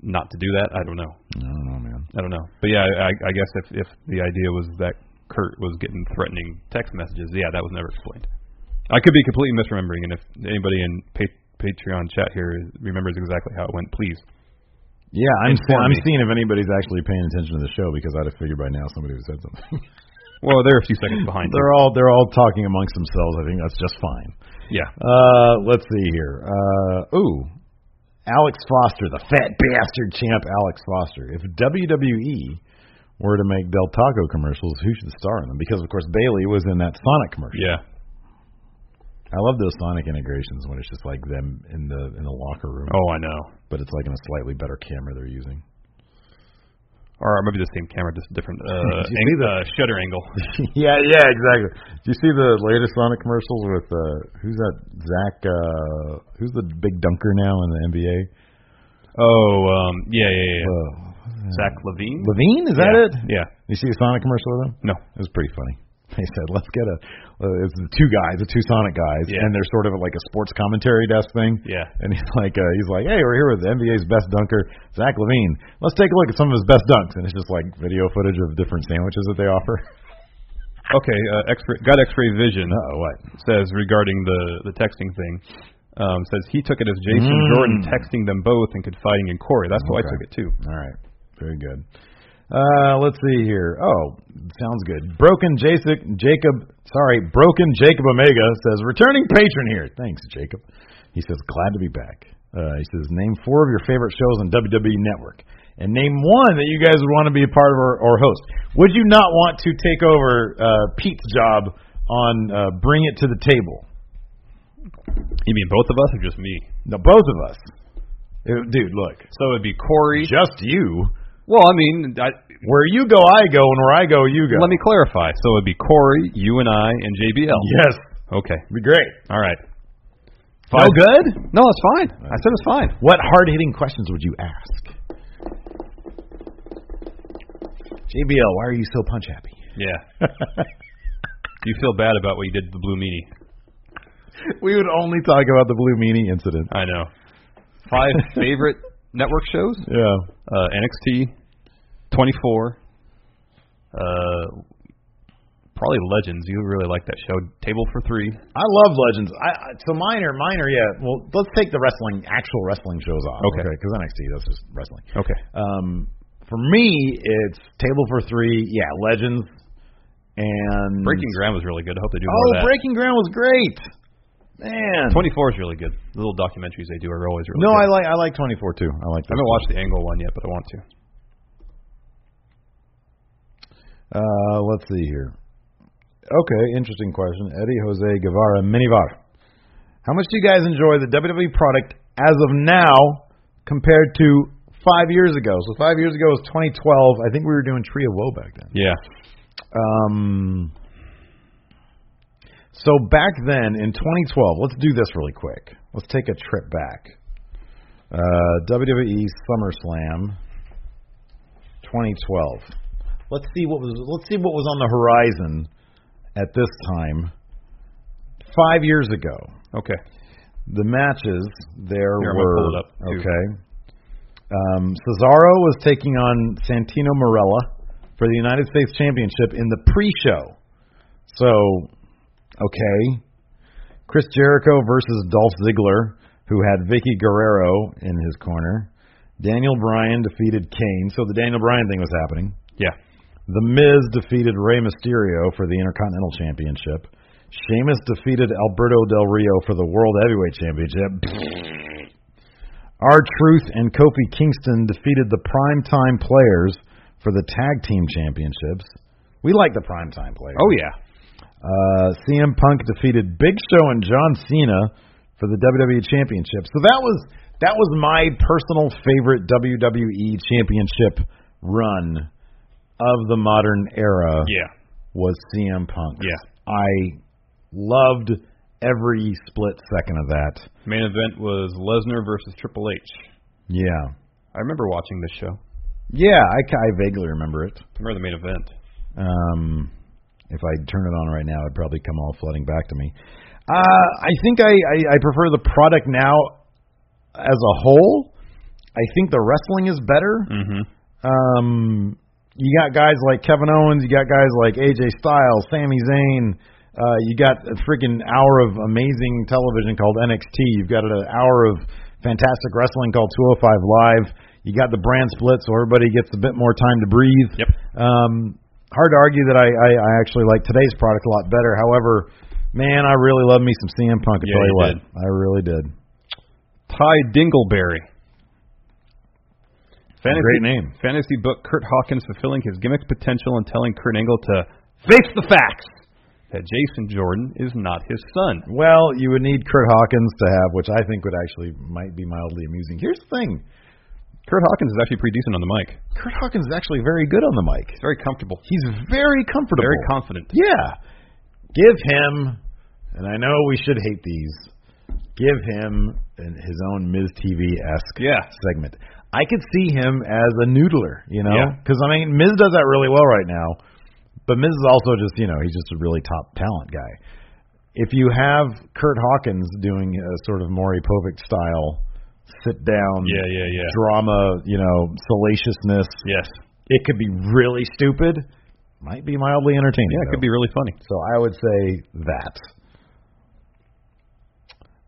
[SPEAKER 2] not to do that. I don't know.
[SPEAKER 1] I don't know, man.
[SPEAKER 2] I don't know. But yeah, I, I guess if if the idea was that Kurt was getting threatening text messages, yeah, that was never explained. I could be completely misremembering, and if anybody in pa- Patreon chat here remembers exactly how it went, please.
[SPEAKER 1] Yeah, I'm
[SPEAKER 2] Inform
[SPEAKER 1] I'm
[SPEAKER 2] me.
[SPEAKER 1] seeing if anybody's actually paying attention to the show because I'd have figured by now somebody would have said something.
[SPEAKER 2] Well, they're a few seconds behind.
[SPEAKER 1] they're all they're all talking amongst themselves. I think that's just fine.
[SPEAKER 2] yeah.
[SPEAKER 1] Uh, let's see here. Uh, ooh, Alex Foster, the fat bastard champ, Alex Foster. If WWE were to make Del Taco commercials, who should star in them? Because of course Bailey was in that Sonic commercial.
[SPEAKER 2] Yeah.
[SPEAKER 1] I love those Sonic integrations when it's just like them in the in the locker room,
[SPEAKER 2] Oh, I know.
[SPEAKER 1] but it's like in a slightly better camera they're using.
[SPEAKER 2] Or maybe the same camera, just different uh,
[SPEAKER 1] Did you see
[SPEAKER 2] ang- uh, shutter angle.
[SPEAKER 1] yeah, yeah, exactly. Do you see the latest Sonic commercials with uh who's that Zach uh who's the big dunker now in the NBA?
[SPEAKER 2] Oh, um, yeah, yeah, yeah. yeah.
[SPEAKER 1] Uh,
[SPEAKER 2] Zach Levine.
[SPEAKER 1] Levine, is that
[SPEAKER 2] yeah.
[SPEAKER 1] it?
[SPEAKER 2] Yeah.
[SPEAKER 1] You see the Sonic commercial with him?
[SPEAKER 2] No.
[SPEAKER 1] It was pretty funny. They said, "Let's get a uh, it's the two guys, the two Sonic guys,
[SPEAKER 2] Yeah.
[SPEAKER 1] and they're sort of like a sports commentary desk thing."
[SPEAKER 2] Yeah.
[SPEAKER 1] And he's like, uh, he's like, "Hey, we're here with the NBA's best dunker, Zach Levine. Let's take a look at some of his best dunks." And it's just like video footage of different sandwiches that they offer.
[SPEAKER 2] Okay. Uh, X-ray, got X-ray vision.
[SPEAKER 1] Uh what?
[SPEAKER 2] says regarding the the texting thing. Um, says he took it as Jason
[SPEAKER 1] Mm.
[SPEAKER 2] Jordan texting them both and confiding in Corey. That's how I
[SPEAKER 1] Okay.
[SPEAKER 2] took it too.
[SPEAKER 1] All right. Very good. Uh, let's see here. Oh, sounds good. Broken Jason, Jacob, sorry, Broken Jacob Omega says, returning patron here. Thanks, Jacob. He says, glad to be back. Uh, he says, name four of your favorite shows on WWE Network. And name one that you guys would want to be a part of or, or host. Would you not want to take over uh, Pete's job on uh, Bring It to the Table?
[SPEAKER 2] You mean both of us or just me?
[SPEAKER 1] Now, both of us. Uh, Dude, look.
[SPEAKER 2] So it'd be Corey.
[SPEAKER 1] Just you.
[SPEAKER 2] Well, I mean, I,
[SPEAKER 1] Where you go, I go, and where I go, you go.
[SPEAKER 2] let me clarify. So it'd be Corey, you and I, and JBL.
[SPEAKER 1] Yes,
[SPEAKER 2] Okay.
[SPEAKER 1] be great.
[SPEAKER 2] All right.
[SPEAKER 1] No
[SPEAKER 2] good? No, it's fine. I said it's fine.
[SPEAKER 1] What hard hitting questions would you ask? JBL, why are you so punch happy?
[SPEAKER 2] Yeah. you feel bad about what you did to the Blue Meanie.
[SPEAKER 1] We would only talk about the Blue Meanie incident.
[SPEAKER 2] I know. Five favorite network shows?
[SPEAKER 1] Yeah.
[SPEAKER 2] uh, NXT 24. Uh, probably Legends. You really like that show. Table for Three.
[SPEAKER 1] I love Legends. I, I so minor, minor, yeah. Well, let's take the wrestling, actual wrestling shows off.
[SPEAKER 2] Okay. Oh.
[SPEAKER 1] Because NXT, that's just wrestling.
[SPEAKER 2] Okay.
[SPEAKER 1] Um, for me, it's Table for Three. Yeah, Legends and
[SPEAKER 2] Breaking Ground was really good. I hope they do more
[SPEAKER 1] Oh,
[SPEAKER 2] of that.
[SPEAKER 1] Breaking Ground was great. Man.
[SPEAKER 2] 24 is really good. The little documentaries they do are always really
[SPEAKER 1] No, I
[SPEAKER 2] good.
[SPEAKER 1] like I like 24 too. I like.
[SPEAKER 2] I haven't watched the Angle one yet, but I want to.
[SPEAKER 1] Uh, let's see here. Okay, interesting question. Eddie Jose Guevara Minivar. How much do you guys enjoy the WWE product as of now compared to five years ago? So five years ago was 2012. I think we were doing Tree of Woe back then.
[SPEAKER 2] Yeah.
[SPEAKER 1] Um, so back then in 2012, let's do this really quick. Let's take a trip back. Uh, WWE SummerSlam 2012. Let's see what was let's see what was on the horizon at this time. Five years ago,
[SPEAKER 2] Okay.
[SPEAKER 1] the matches there
[SPEAKER 2] Here, I'm gonna
[SPEAKER 1] were
[SPEAKER 2] pull it up, too.
[SPEAKER 1] okay. Um, Cesaro was taking on Santino Morella for the United States Championship in the pre-show. So, okay, Chris Jericho versus Dolph Ziggler, who had Vicky Guerrero in his corner. Daniel Bryan defeated Kane, so the Daniel Bryan thing was happening.
[SPEAKER 2] Yeah.
[SPEAKER 1] The Miz defeated Rey Mysterio for the Intercontinental Championship. Sheamus defeated Alberto Del Rio for the World Heavyweight Championship. Our Truth and Kofi Kingston defeated the primetime players for the tag team championships. We like the primetime players.
[SPEAKER 2] Oh yeah.
[SPEAKER 1] Uh, CM Punk defeated Big Show and John Cena for the WWE Championship. So that was that was my personal favorite WWE Championship run of the modern era.
[SPEAKER 2] Yeah.
[SPEAKER 1] was CM Punk.
[SPEAKER 2] Yeah.
[SPEAKER 1] I loved every split second of that.
[SPEAKER 2] Main event was Lesnar versus Triple H.
[SPEAKER 1] Yeah,
[SPEAKER 2] I remember watching this show.
[SPEAKER 1] yeah, I, ca- I vaguely remember it.
[SPEAKER 2] I remember the main event.
[SPEAKER 1] Um, if I turn it on right now, it'd probably come all flooding back to me. Uh, I think I, I, I prefer the product now as a whole. I think the wrestling is better.
[SPEAKER 2] Mm-hmm.
[SPEAKER 1] Um, you got guys like Kevin Owens, you got guys like AJ Styles, Sami Zayn. Uh, you got a freaking hour of amazing television called NXT. You've got an hour of fantastic wrestling called 205 Live. You got the brand split, so everybody gets a bit more time to breathe.
[SPEAKER 2] Yep.
[SPEAKER 1] Um, hard to argue that I, I, I actually like today's product a lot better. However, man, I really love me some CM Punk. I
[SPEAKER 2] Yeah,
[SPEAKER 1] tell you,
[SPEAKER 2] you
[SPEAKER 1] what,
[SPEAKER 2] did.
[SPEAKER 1] I really did.
[SPEAKER 2] Ty Dingleberry. Fantasy,
[SPEAKER 1] Great name.
[SPEAKER 2] Fantasy book Kurt Hawkins fulfilling his gimmick potential and telling Kurt Angle to face the facts that Jason Jordan is not his son.
[SPEAKER 1] Well, you would need Kurt Hawkins to have, which I think would actually might be mildly amusing. Here's the thing:
[SPEAKER 2] Kurt Hawkins is actually pretty decent on the mic.
[SPEAKER 1] Kurt Hawkins is actually very good on the mic.
[SPEAKER 2] He's very comfortable.
[SPEAKER 1] He's very comfortable.
[SPEAKER 2] Very confident.
[SPEAKER 1] yeah. Give him, and I know we should hate these. Give him an- his own Ms. TV esque
[SPEAKER 2] Yeah.
[SPEAKER 1] segment. I could see him as a noodler, you know,
[SPEAKER 2] Yeah.
[SPEAKER 1] because I mean Miz does that really well right now, but Miz is also just you know he's just a really top talent guy. If you have Kurt Hawkins doing a sort of Maury Povich style sit down
[SPEAKER 2] Yeah, yeah, yeah.
[SPEAKER 1] drama, you know, salaciousness,
[SPEAKER 2] Yes.
[SPEAKER 1] it could be really stupid. Might be mildly entertaining.
[SPEAKER 2] Yeah, it could be really funny.
[SPEAKER 1] So I would say that.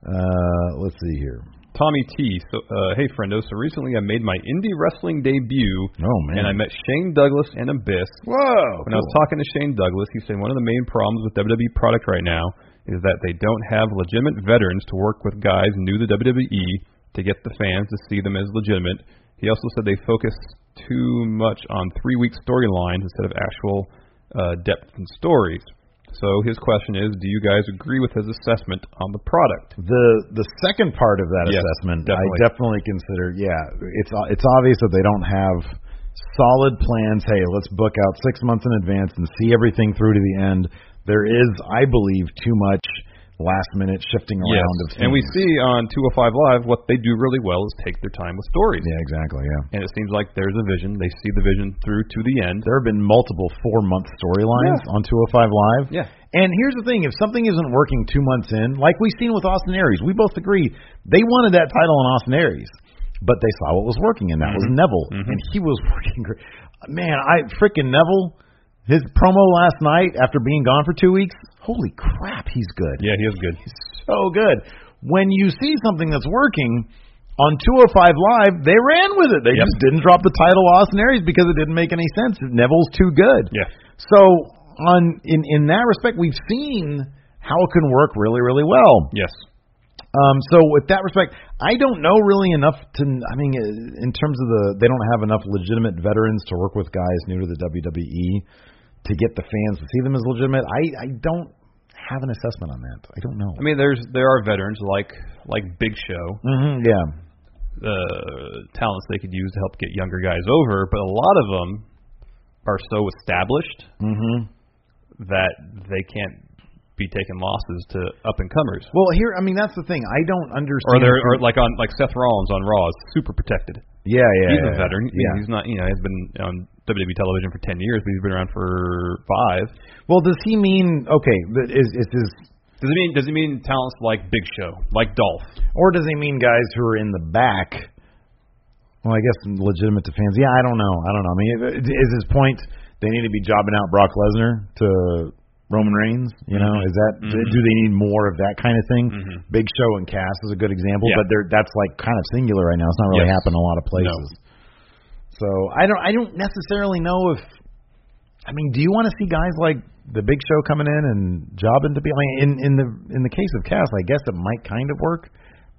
[SPEAKER 1] Uh, let's see here.
[SPEAKER 2] Tommy T. So, uh, hey, friendo. So recently I made my indie wrestling debut.
[SPEAKER 1] Oh, man.
[SPEAKER 2] And I met Shane Douglas and Abyss.
[SPEAKER 1] Whoa!
[SPEAKER 2] When I was talking to Shane Douglas, he said one of the main problems with WWE product right now is that they don't have legitimate veterans to work with guys new to WWE to get the fans to see them as legitimate. He also said they focus too much on three week storylines instead of actual uh, depth and stories. So his question is, do you guys agree with his assessment on the product?
[SPEAKER 1] the the second part of that
[SPEAKER 2] Yes,
[SPEAKER 1] assessment, I
[SPEAKER 2] definitely.
[SPEAKER 1] definitely consider. Yeah, it's it's obvious that they don't have solid plans. Hey, let's book out six months in advance and see everything through to the end. There is, I believe, too much last minute shifting around of things.
[SPEAKER 2] And we see on 205 Live what they do really well is take their time with stories.
[SPEAKER 1] Yeah, exactly. Yeah.
[SPEAKER 2] And it seems like there's a vision. They see the vision through to the end.
[SPEAKER 1] There have been multiple four month storylines on 205 Live.
[SPEAKER 2] Yeah.
[SPEAKER 1] And here's the thing if something isn't working two months in, like we've seen with Austin Aries, we both agree they wanted that title on Austin Aries, but they saw what was working, and that was
[SPEAKER 2] Mm-hmm.
[SPEAKER 1] Neville. And he was working great. Man, I freaking Neville, his promo last night after being gone for two weeks, holy crap, he's good
[SPEAKER 2] Yeah, he is good.
[SPEAKER 1] so good. When you see something that's working on 205 Live, they ran with it. They
[SPEAKER 2] Yep.
[SPEAKER 1] just didn't drop the title Austin Aries because it didn't make any sense. Neville's too good.
[SPEAKER 2] Yeah.
[SPEAKER 1] So on in in that respect, we've seen how it can work really really well.
[SPEAKER 2] Yes.
[SPEAKER 1] Um, so with that respect, I don't know really enough to. I mean, uh, in terms of the, they don't have enough legitimate veterans to work with guys new to the WWE to get the fans to see them as legitimate. I I don't have an assessment on that. I don't know.
[SPEAKER 2] I mean, there's there are veterans like like Big Show,
[SPEAKER 1] hmm yeah.
[SPEAKER 2] uh, talents they could use to help get younger guys over, but a lot of them are so established Mm-hmm. that they can't be taking losses to up and comers.
[SPEAKER 1] Well, here, I mean, that's the thing. I don't understand.
[SPEAKER 2] Or they're or like on like Seth Rollins on Raw is super protected.
[SPEAKER 1] yeah, yeah,
[SPEAKER 2] he's
[SPEAKER 1] yeah,
[SPEAKER 2] a veteran. I mean,
[SPEAKER 1] Yeah.
[SPEAKER 2] He's not you know he's been on WWE television for ten years, but he's been around for five.
[SPEAKER 1] Well, does he mean okay? but Is is his
[SPEAKER 2] Does it mean does it mean talents like Big Show, like Dolph?
[SPEAKER 1] or does he mean guys who are in the back? Well, I guess legitimate to fans. Yeah, I don't know. I don't know. I mean, i- is his point they need to be jobbing out Brock Lesnar to Roman Reigns? You know,
[SPEAKER 2] Mm-hmm.
[SPEAKER 1] is that do they need more of that kind of thing? Big Show and Cass is a good example,
[SPEAKER 2] Yeah.
[SPEAKER 1] but they're that's like kind of singular right now. It's not really
[SPEAKER 2] Yes.
[SPEAKER 1] happening a lot of places. So I don't I don't necessarily know if I mean, do you want to see guys like the Big Show coming in and jobbing to be? I mean, in in the in the case of Cass, I guess it might kind of work,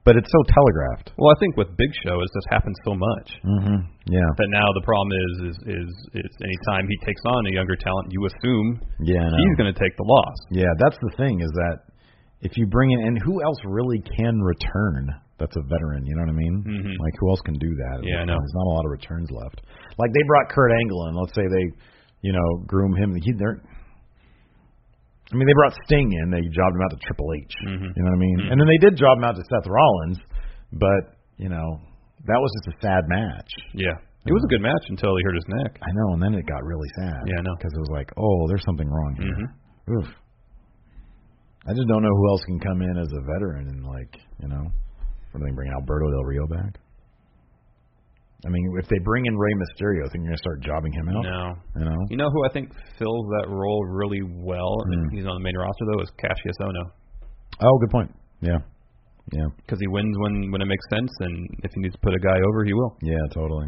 [SPEAKER 1] but it's so telegraphed.
[SPEAKER 2] Well, I think with Big Show, it's just happened so much
[SPEAKER 1] Mm-hmm. Yeah,
[SPEAKER 2] that now the problem is is is it's anytime he takes on a younger talent, you assume
[SPEAKER 1] yeah, I know.
[SPEAKER 2] he's going to take the loss.
[SPEAKER 1] yeah. That's the thing is that if you bring in and who else really can return? That's a veteran. You know what I mean?
[SPEAKER 2] Mhm.
[SPEAKER 1] Like who else can do that?
[SPEAKER 2] Yeah, I know.
[SPEAKER 1] There's not a lot of returns left. Like they brought Kurt Angle in. Let's say they, you know, groom him. He, they're. I mean, they brought Sting in. They jobbed him out to Triple H.
[SPEAKER 2] Mhm.
[SPEAKER 1] You know what I mean? And then they did job him out to Seth Rollins, but you know that was just a sad match.
[SPEAKER 2] Yeah, it was a good match until he hurt his neck.
[SPEAKER 1] I know, and then it got really sad.
[SPEAKER 2] Yeah, I know.
[SPEAKER 1] Because it was like, oh, there's something wrong here.
[SPEAKER 2] Mhm.
[SPEAKER 1] Oof. I just don't know who else can come in as a veteran and like, you know, whether they bring Alberto Del Rio back. I mean, if they bring in Rey Mysterio, I think you're gonna start jobbing him out.
[SPEAKER 2] No.
[SPEAKER 1] You know,
[SPEAKER 2] You know who I think fills that role really well?
[SPEAKER 1] Mm.
[SPEAKER 2] He's on the main roster though. Is Cassius Ono
[SPEAKER 1] Oh, good point. Yeah. Yeah.
[SPEAKER 2] because he wins when when it makes sense, and if he needs to put a guy over, he will.
[SPEAKER 1] Yeah. Totally.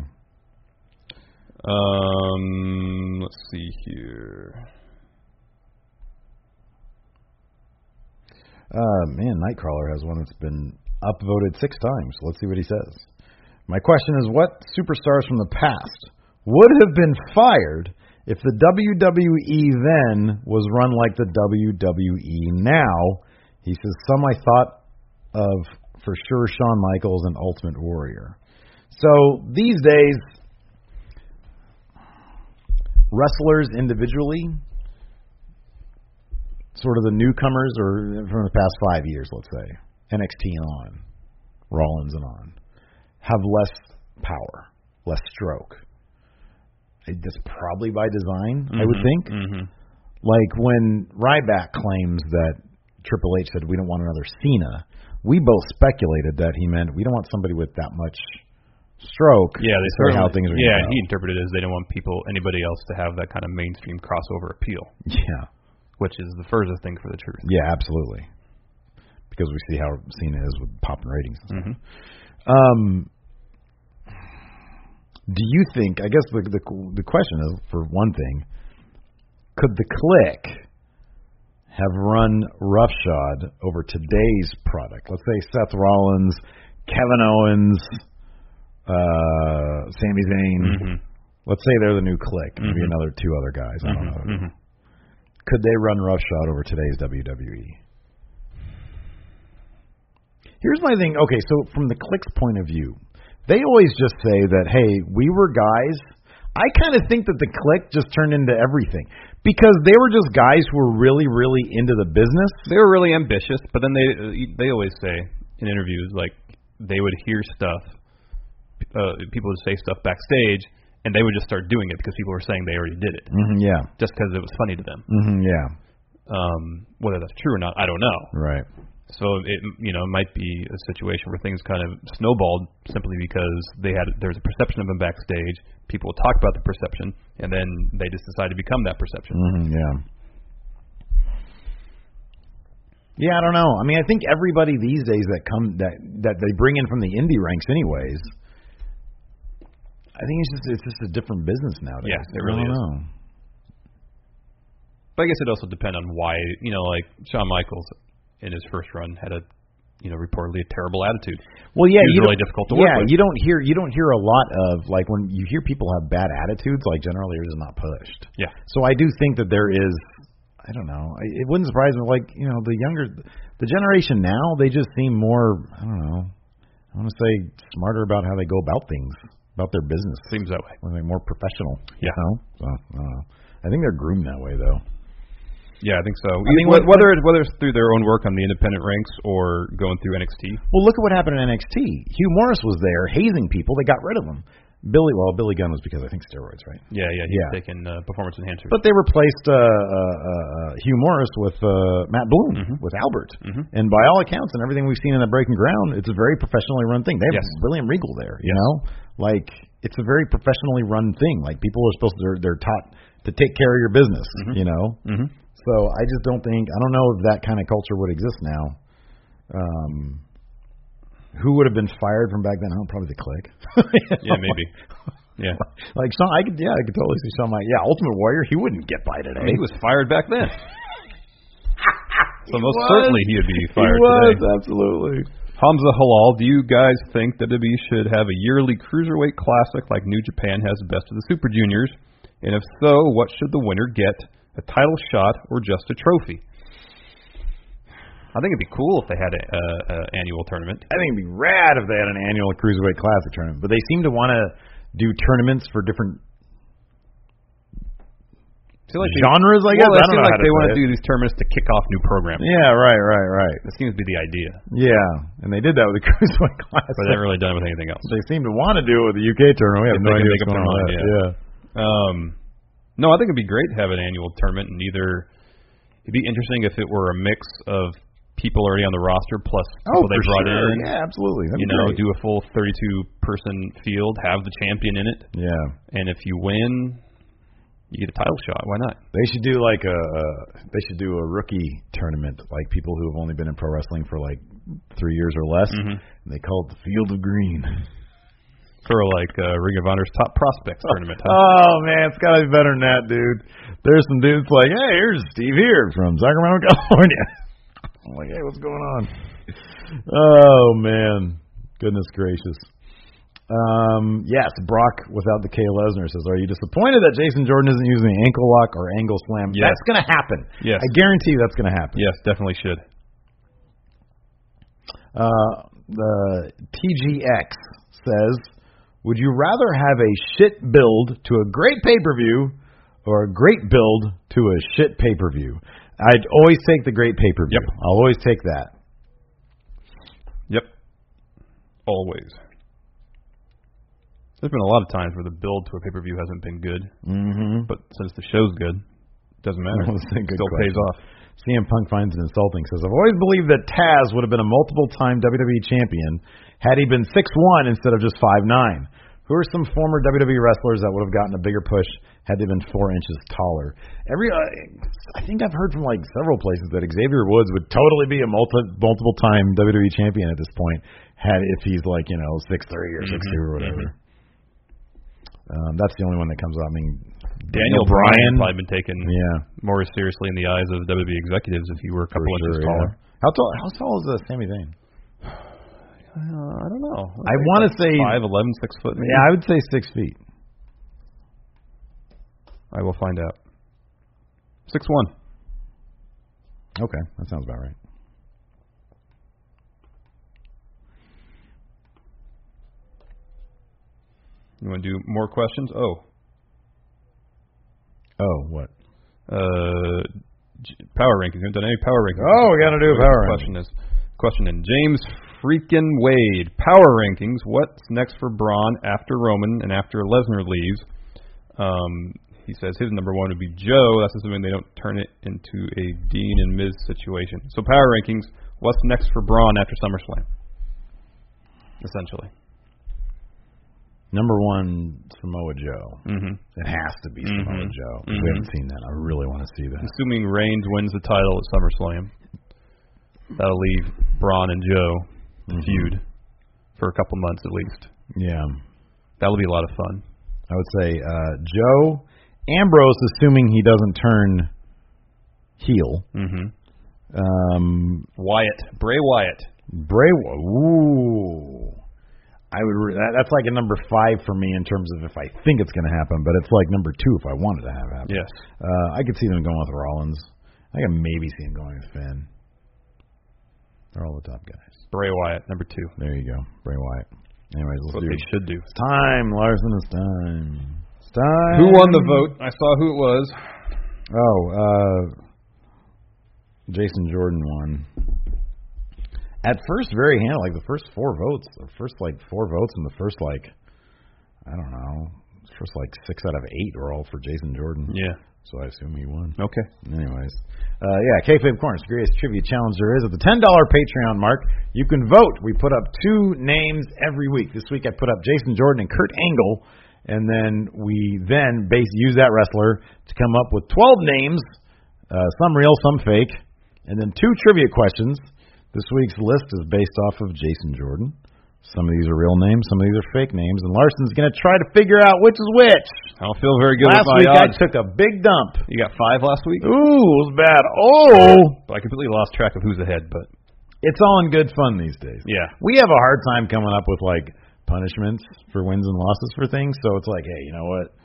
[SPEAKER 2] Um, let's see here.
[SPEAKER 1] Uh, man, Nightcrawler has one that's been upvoted six times. Let's see what he says. My question is what superstars from the past would have been fired if the WWE then was run like the WWE now? He says, some I thought of for sure Shawn Michaels and Ultimate Warrior. So these days, wrestlers individually sort of the newcomers or from the past five years, let's say, NXT and on, Rollins and on, have less power, less stroke. It- That's probably by design, I would think.
[SPEAKER 2] Mm-hmm.
[SPEAKER 1] Like when Ryback claims that Triple H said we don't want another Cena, we both speculated that he meant we don't want somebody with that much stroke.
[SPEAKER 2] Yeah, they
[SPEAKER 1] for how
[SPEAKER 2] certainly-
[SPEAKER 1] things are. gonna
[SPEAKER 2] Yeah,
[SPEAKER 1] go.
[SPEAKER 2] he interpreted it as they don't want people, anybody else, to have that kind of mainstream crossover appeal,
[SPEAKER 1] yeah,
[SPEAKER 2] which is the furthest thing for the truth.
[SPEAKER 1] yeah, absolutely. Because we see how Cena is with popping ratings and stuff.
[SPEAKER 2] Mm-hmm.
[SPEAKER 1] Um, do you think? I guess the the the question is for one thing, could the click have run roughshod over today's product? Let's say Seth Rollins, Kevin Owens, uh, Sami Zayn.
[SPEAKER 2] Mhm.
[SPEAKER 1] Let's say they're the new click, maybe
[SPEAKER 2] Mhm.
[SPEAKER 1] another two other guys. I don't know.
[SPEAKER 2] Mhm.
[SPEAKER 1] Could they run roughshod over today's E? WWE? Here's my thing. Okay, so from the click's point of view, they always just say that, hey, we were guys. I kind of think that the click just turned into everything because they were just guys who were really, really into the business.
[SPEAKER 2] They were really ambitious, but then they they always say in interviews like they would hear stuff, uh, people would say stuff backstage, and they would just start doing it because people were saying they already did it,
[SPEAKER 1] Mm-hmm, yeah.
[SPEAKER 2] just because it was funny to them.
[SPEAKER 1] Mm-hmm, yeah.
[SPEAKER 2] Um, whether that's true or not, I don't know.
[SPEAKER 1] Right.
[SPEAKER 2] So it you know might be a situation where things kind of snowballed simply because they had there was a perception of them backstage. People would talk about the perception, and then they just decided to become that perception.
[SPEAKER 1] Mm-hmm, yeah. Yeah, I don't know. I mean, I think everybody these days that come that that they bring in from the indie ranks, anyways. I think it's just it's just a different business nowadays.
[SPEAKER 2] Yeah, it really
[SPEAKER 1] I don't
[SPEAKER 2] is.
[SPEAKER 1] know.
[SPEAKER 2] But I guess it also depend on why you know like Shawn Michaels in his first run had a you know reportedly a terrible attitude.
[SPEAKER 1] Well, yeah,
[SPEAKER 2] He was
[SPEAKER 1] you
[SPEAKER 2] really
[SPEAKER 1] don't-
[SPEAKER 2] difficult to work
[SPEAKER 1] yeah,
[SPEAKER 2] with.
[SPEAKER 1] you don't hear you don't hear a lot of like when you hear people have bad attitudes. Like generally, they're just not pushed.
[SPEAKER 2] Yeah.
[SPEAKER 1] So I do think that there is. I don't know. I- It wouldn't surprise me. Like you know, the younger, the generation now, they just seem more. I don't know. I want to say smarter about how they go about things, about their business.
[SPEAKER 2] Seems that way.
[SPEAKER 1] Like more professional. You
[SPEAKER 2] Yeah.
[SPEAKER 1] know? So, I don't know. I think they're groomed that way though.
[SPEAKER 2] Yeah, I think so.
[SPEAKER 1] I mean,
[SPEAKER 2] Wh-
[SPEAKER 1] what-
[SPEAKER 2] whether it, whether it's through their own work on the independent ranks or going through NXT.
[SPEAKER 1] Well, look at what happened in NXT. Hugh Morris was there hazing people. They got rid of him. Billy, well, Billy Gunn was because I think steroids, right?
[SPEAKER 2] Yeah, yeah, he's
[SPEAKER 1] Yeah.
[SPEAKER 2] taking uh, performance enhancers.
[SPEAKER 1] But they replaced uh, uh, uh, Hugh Morris with uh, Matt Bloom, with Albert.
[SPEAKER 2] Mhm.
[SPEAKER 1] And by all accounts and everything we've seen in the Breaking Ground, it's a very professionally run thing. They have
[SPEAKER 2] Yes.
[SPEAKER 1] William Regal there, you know? Like, it's a very professionally run thing. Like, people are supposed to, they're, they're taught to take care of your business, you know?
[SPEAKER 2] Mhm.
[SPEAKER 1] So I just don't think, I don't know if that kind of culture would exist now. Um, who would have been fired from back then? I don't know, probably the clique.
[SPEAKER 2] yeah, maybe. Yeah.
[SPEAKER 1] Like Shawn, I could, yeah, I could totally see Shawn Mike. Yeah, Ultimate Warrior, he wouldn't get by
[SPEAKER 2] I
[SPEAKER 1] today.
[SPEAKER 2] mean, he was fired back then. so most
[SPEAKER 1] was.
[SPEAKER 2] certainly he would be
[SPEAKER 1] He
[SPEAKER 2] fired
[SPEAKER 1] was,
[SPEAKER 2] today.
[SPEAKER 1] absolutely.
[SPEAKER 2] Hamza Halal, do you guys think WWE E should have a yearly cruiserweight classic like New Japan has Best of the Super Juniors? And if so, what should the winner get? A title shot or just a trophy? I think it'd be cool if they had an annual tournament.
[SPEAKER 1] I think it'd be rad if they had an annual cruiserweight classic tournament, but they seem to want to do tournaments for different
[SPEAKER 2] I feel like they-
[SPEAKER 1] genres. I guess I
[SPEAKER 2] well,
[SPEAKER 1] don't
[SPEAKER 2] it
[SPEAKER 1] know
[SPEAKER 2] seems
[SPEAKER 1] how to
[SPEAKER 2] like
[SPEAKER 1] say
[SPEAKER 2] they want
[SPEAKER 1] it.
[SPEAKER 2] to do these tournaments to kick off new programs.
[SPEAKER 1] Yeah, right, right, right.
[SPEAKER 2] That seems to be the idea,
[SPEAKER 1] Yeah, and they did that with the cruiserweight classic.
[SPEAKER 2] but they haven't really done it with anything else.
[SPEAKER 1] they seem to want to do it with the UK tournament. We have
[SPEAKER 2] If
[SPEAKER 1] no
[SPEAKER 2] they can
[SPEAKER 1] idea
[SPEAKER 2] make
[SPEAKER 1] what's
[SPEAKER 2] up
[SPEAKER 1] going
[SPEAKER 2] their
[SPEAKER 1] on.
[SPEAKER 2] mind,
[SPEAKER 1] with that.
[SPEAKER 2] yeah.
[SPEAKER 1] yeah.
[SPEAKER 2] Um, no, I think it'd be great to have an annual tournament, and either it'd be interesting if it were a mix of people already on the roster plus people they
[SPEAKER 1] Oh, for
[SPEAKER 2] brought
[SPEAKER 1] sure.
[SPEAKER 2] in.
[SPEAKER 1] Yeah, absolutely. That'd
[SPEAKER 2] You
[SPEAKER 1] be
[SPEAKER 2] know,
[SPEAKER 1] great.
[SPEAKER 2] do a full 32 person field, have the champion in it,
[SPEAKER 1] yeah.
[SPEAKER 2] and if you win, you get a title shot. Why not?
[SPEAKER 1] They should do like a uh, they should do a rookie tournament, like people who have only been in pro wrestling for like three years or less.
[SPEAKER 2] Mhm.
[SPEAKER 1] And they call it the Field of Green.
[SPEAKER 2] Sort of like uh, Ring of Honor's top prospects tournament. huh?
[SPEAKER 1] Oh man, it's gotta be better than that, dude. There's some dudes like, hey, here's Steve here from Sacramento, California. I'm like, hey, what's going on? Oh man, goodness gracious. Um, yes, Brock without the K Lesnar says, "Are you disappointed that Jason Jordan isn't using the ankle lock or angle slam?"
[SPEAKER 2] Yes.
[SPEAKER 1] That's gonna happen.
[SPEAKER 2] Yes.
[SPEAKER 1] I guarantee that's gonna happen.
[SPEAKER 2] yes, definitely should.
[SPEAKER 1] Uh, the TGX says, "Would you rather have a shit build to a great pay-per-view or a great build to a shit pay-per-view?" I'd always take the great pay-per-view.
[SPEAKER 2] Yep.
[SPEAKER 1] I'll always take that.
[SPEAKER 2] Yep. Always. There's been a lot of times where the build to a pay per view hasn't been good,
[SPEAKER 1] Mm-hmm.
[SPEAKER 2] but since the show's good, doesn't matter.
[SPEAKER 1] That was a good
[SPEAKER 2] Still pays
[SPEAKER 1] question. CM
[SPEAKER 2] off.
[SPEAKER 1] Punk finds it insulting. Says, "I've always believed that Taz would have been a multiple-time WWE E champion had he been six-one instead of just five-nine. Who are some former WWE wrestlers that would have gotten a bigger push had they been four inches taller? Every, uh, I think I've heard from like several places that Xavier Woods would totally be a multi multiple-time WWE E champion at this point had if he's like you know six-three or 6 two or whatever. Um, that's the only one that comes up. I mean,
[SPEAKER 2] Daniel Bryan probably been taken
[SPEAKER 1] yeah.
[SPEAKER 2] more seriously in the eyes of WWE executives if he were a couple
[SPEAKER 1] For
[SPEAKER 2] inches
[SPEAKER 1] sure,
[SPEAKER 2] taller.
[SPEAKER 1] yeah. How tall? How tall is uh, Sami Zayn?
[SPEAKER 2] Uh, I don't know.
[SPEAKER 1] I wanna say-
[SPEAKER 2] five, eleven, six foot. Maybe.
[SPEAKER 1] Yeah, I would say six feet.
[SPEAKER 2] I will find out. Six one.
[SPEAKER 1] Okay, that sounds about right.
[SPEAKER 2] You want to do more questions? Oh,
[SPEAKER 1] Oh, what?
[SPEAKER 2] uh, J- power rankings. We haven't done any power rankings.
[SPEAKER 1] Oh, we gotta do a power
[SPEAKER 2] question is question in James freaking Wade power rankings. What's next for Braun after Roman and after Lesnar leaves? Um, he says his number one would be Joe. That's assuming they don't turn it into a Dean and Miz situation. So power rankings. What's next for Braun after SummerSlam? Essentially.
[SPEAKER 1] Number one, Samoa Joe.
[SPEAKER 2] hmm
[SPEAKER 1] It has to be
[SPEAKER 2] Mhm.
[SPEAKER 1] Samoa Joe.
[SPEAKER 2] Mhm.
[SPEAKER 1] We haven't seen that. I really want to see that.
[SPEAKER 2] Assuming Reigns wins the title at SummerSlam, that'll leave Braun and Joe to
[SPEAKER 1] Mhm.
[SPEAKER 2] feud for a couple months at least.
[SPEAKER 1] Yeah,
[SPEAKER 2] That'll be a lot of fun.
[SPEAKER 1] I would say uh, Joe Ambrose, assuming he doesn't turn heel.
[SPEAKER 2] Mm-hmm.
[SPEAKER 1] Um,
[SPEAKER 2] Wyatt, Bray Wyatt.
[SPEAKER 1] Bray. Wy- Ooh. I would. Re- that, that's like a number five for me in terms of if I think it's going to happen, but it's like number two if I wanted to have it happen.
[SPEAKER 2] Yes.
[SPEAKER 1] Uh, I could see them going with Rollins. I could maybe see them going with Finn. They're all the top guys.
[SPEAKER 2] Bray Wyatt, number two.
[SPEAKER 1] There you go, Bray Wyatt. Anyways, let's
[SPEAKER 2] That's what
[SPEAKER 1] do.
[SPEAKER 2] they
[SPEAKER 1] it.
[SPEAKER 2] should do.
[SPEAKER 1] It's time, Larson. It's time. It's time.
[SPEAKER 2] Who won the vote? I saw who it was.
[SPEAKER 1] Oh, uh, Jason Jordan won. At first, very hand like the first four votes, the first like four votes, and the first like, I don't know, first like six out of eight were all for Jason Jordan.
[SPEAKER 2] Yeah.
[SPEAKER 1] So I assume he won.
[SPEAKER 2] Okay.
[SPEAKER 1] Anyways, uh, yeah, kayfabe corner is the greatest trivia challenge there is at the ten dollar Patreon mark. You can vote. We put up two names every week. This week I put up Jason Jordan and Kurt Angle, and then we then base use that wrestler to come up with twelve names, uh, some real, some fake, and then two trivia questions. This week's list is based off of Jason Jordan, Some of these are real names, some of these are fake names, and Larson's going to try to figure out which is which.
[SPEAKER 2] I don't feel very good
[SPEAKER 1] Last
[SPEAKER 2] with my
[SPEAKER 1] week I
[SPEAKER 2] odds.
[SPEAKER 1] took a big dump.
[SPEAKER 2] you got five last week,
[SPEAKER 1] Ooh, it was bad. Oh,
[SPEAKER 2] but I completely lost track of who's ahead. But
[SPEAKER 1] it's all in good fun these days.
[SPEAKER 2] yeah,
[SPEAKER 1] We have a hard time coming up with like punishments for wins and losses for things. So it's like, hey, you know what?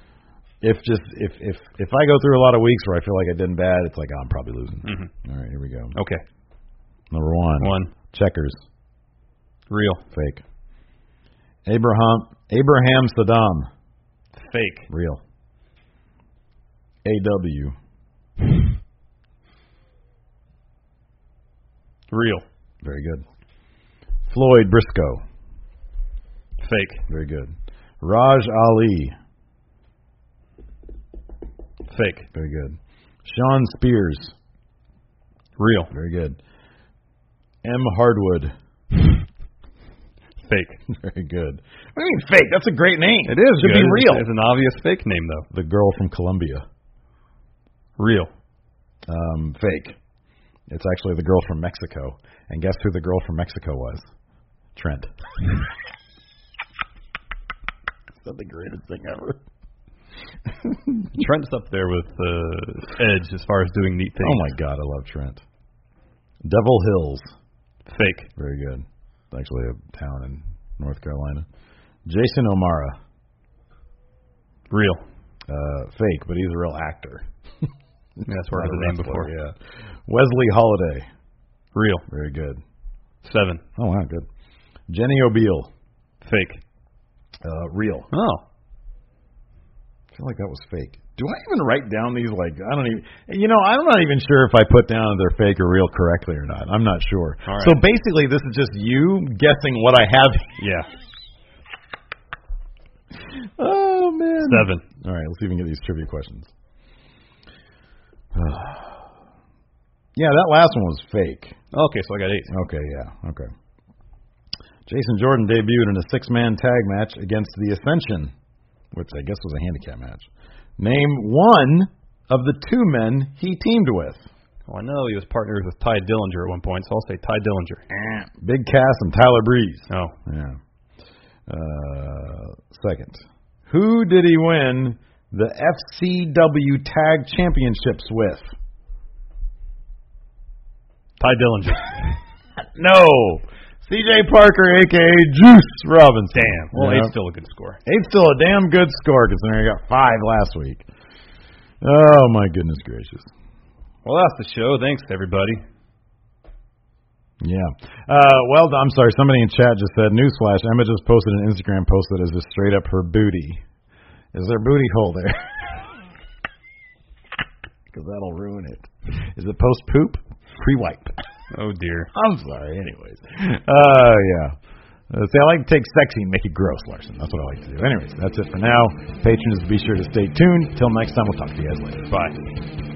[SPEAKER 1] If just if if if I go through a lot of weeks where I feel like I did bad, it's like oh, I'm probably losing.
[SPEAKER 2] Mhm.
[SPEAKER 1] All right, here we go.
[SPEAKER 2] okay,
[SPEAKER 1] Number one,
[SPEAKER 2] one
[SPEAKER 1] checkers,
[SPEAKER 2] real
[SPEAKER 1] fake. Abraham Abraham Saddam,
[SPEAKER 2] fake
[SPEAKER 1] real. A.W.
[SPEAKER 2] real
[SPEAKER 1] Very good. Floyd Briscoe,
[SPEAKER 2] fake
[SPEAKER 1] very good. Raj Ali,
[SPEAKER 2] fake
[SPEAKER 1] very good. Sean Spears,
[SPEAKER 2] real
[SPEAKER 1] Very good. M. Hardwood.
[SPEAKER 2] fake.
[SPEAKER 1] Very good. What do you mean fake? That's a great name. It is. Should
[SPEAKER 2] Good.
[SPEAKER 1] be real.
[SPEAKER 2] It's an obvious fake name though.
[SPEAKER 1] The girl from Columbia.
[SPEAKER 2] Real
[SPEAKER 1] Um, fake. It's actually the girl from Mexico. And guess who the girl from Mexico was? Trent. Is that the greatest thing ever?
[SPEAKER 2] Trent's up there with uh, Edge as far as doing neat things.
[SPEAKER 1] Oh my god, I love Trent. Devil Hills.
[SPEAKER 2] Fake
[SPEAKER 1] Very good. It's actually a town in North Carolina. Jason O'Mara.
[SPEAKER 2] real.
[SPEAKER 1] Uh, fake, but he's a real actor.
[SPEAKER 2] Yeah, that's where I
[SPEAKER 1] Not
[SPEAKER 2] heard
[SPEAKER 1] a
[SPEAKER 2] the name
[SPEAKER 1] wrestler,
[SPEAKER 2] before.
[SPEAKER 1] Yeah. Wesley Holiday.
[SPEAKER 2] Real
[SPEAKER 1] Very good.
[SPEAKER 2] seven.
[SPEAKER 1] Oh wow, good. Jenny O'Beal.
[SPEAKER 2] Fake.
[SPEAKER 1] Uh, real.
[SPEAKER 2] Oh,
[SPEAKER 1] I feel like that was fake. Do I even write down these like I don't even you know, I'm not even sure if I put down if they're fake or real correctly or not. I'm not sure.
[SPEAKER 2] All right.
[SPEAKER 1] So basically this is just you guessing what I have.
[SPEAKER 2] yeah,
[SPEAKER 1] Oh man.
[SPEAKER 2] seven.
[SPEAKER 1] All right, let's even get these trivia questions. yeah, that last one was fake.
[SPEAKER 2] Okay, so I got eight.
[SPEAKER 1] Okay, yeah, okay. Jason Jordan debuted in a six man tag match against the Ascension, which I guess was a handicap match. Name one of the two men he teamed with
[SPEAKER 2] Well, Oh, I know he was partnered with Ty Dillinger at one point, so I'll say Ty Dillinger.
[SPEAKER 1] Big Cass and Tyler Breeze.
[SPEAKER 2] Oh,
[SPEAKER 1] Yeah. Uh, second. Who did he win the FCW Tag Championships with?
[SPEAKER 2] Ty Dillinger.
[SPEAKER 1] No! CJ Parker, a.k.a. Juice Robinson. Damn.
[SPEAKER 2] Well, eight's still a good score.
[SPEAKER 1] Eight's still a damn good score considering I got five last week. Oh my goodness gracious.
[SPEAKER 2] Well, that's the show. Thanks everybody.
[SPEAKER 1] Yeah. Uh, well, I'm sorry. Somebody in chat just said, "Newsflash: Emma just posted an Instagram post that is just straight up her booty. Is there a booty hole there? Because that'll ruin it. Is it post poop? Pre wipe.
[SPEAKER 2] Oh dear.
[SPEAKER 1] I'm sorry. Anyways. Uh, yeah. Uh, see, I like to take sexy and make it gross, Larson. That's what I like to do. Anyways, that's it for now. Patrons, be sure to stay tuned. Till next time, we'll talk to you guys later. Bye.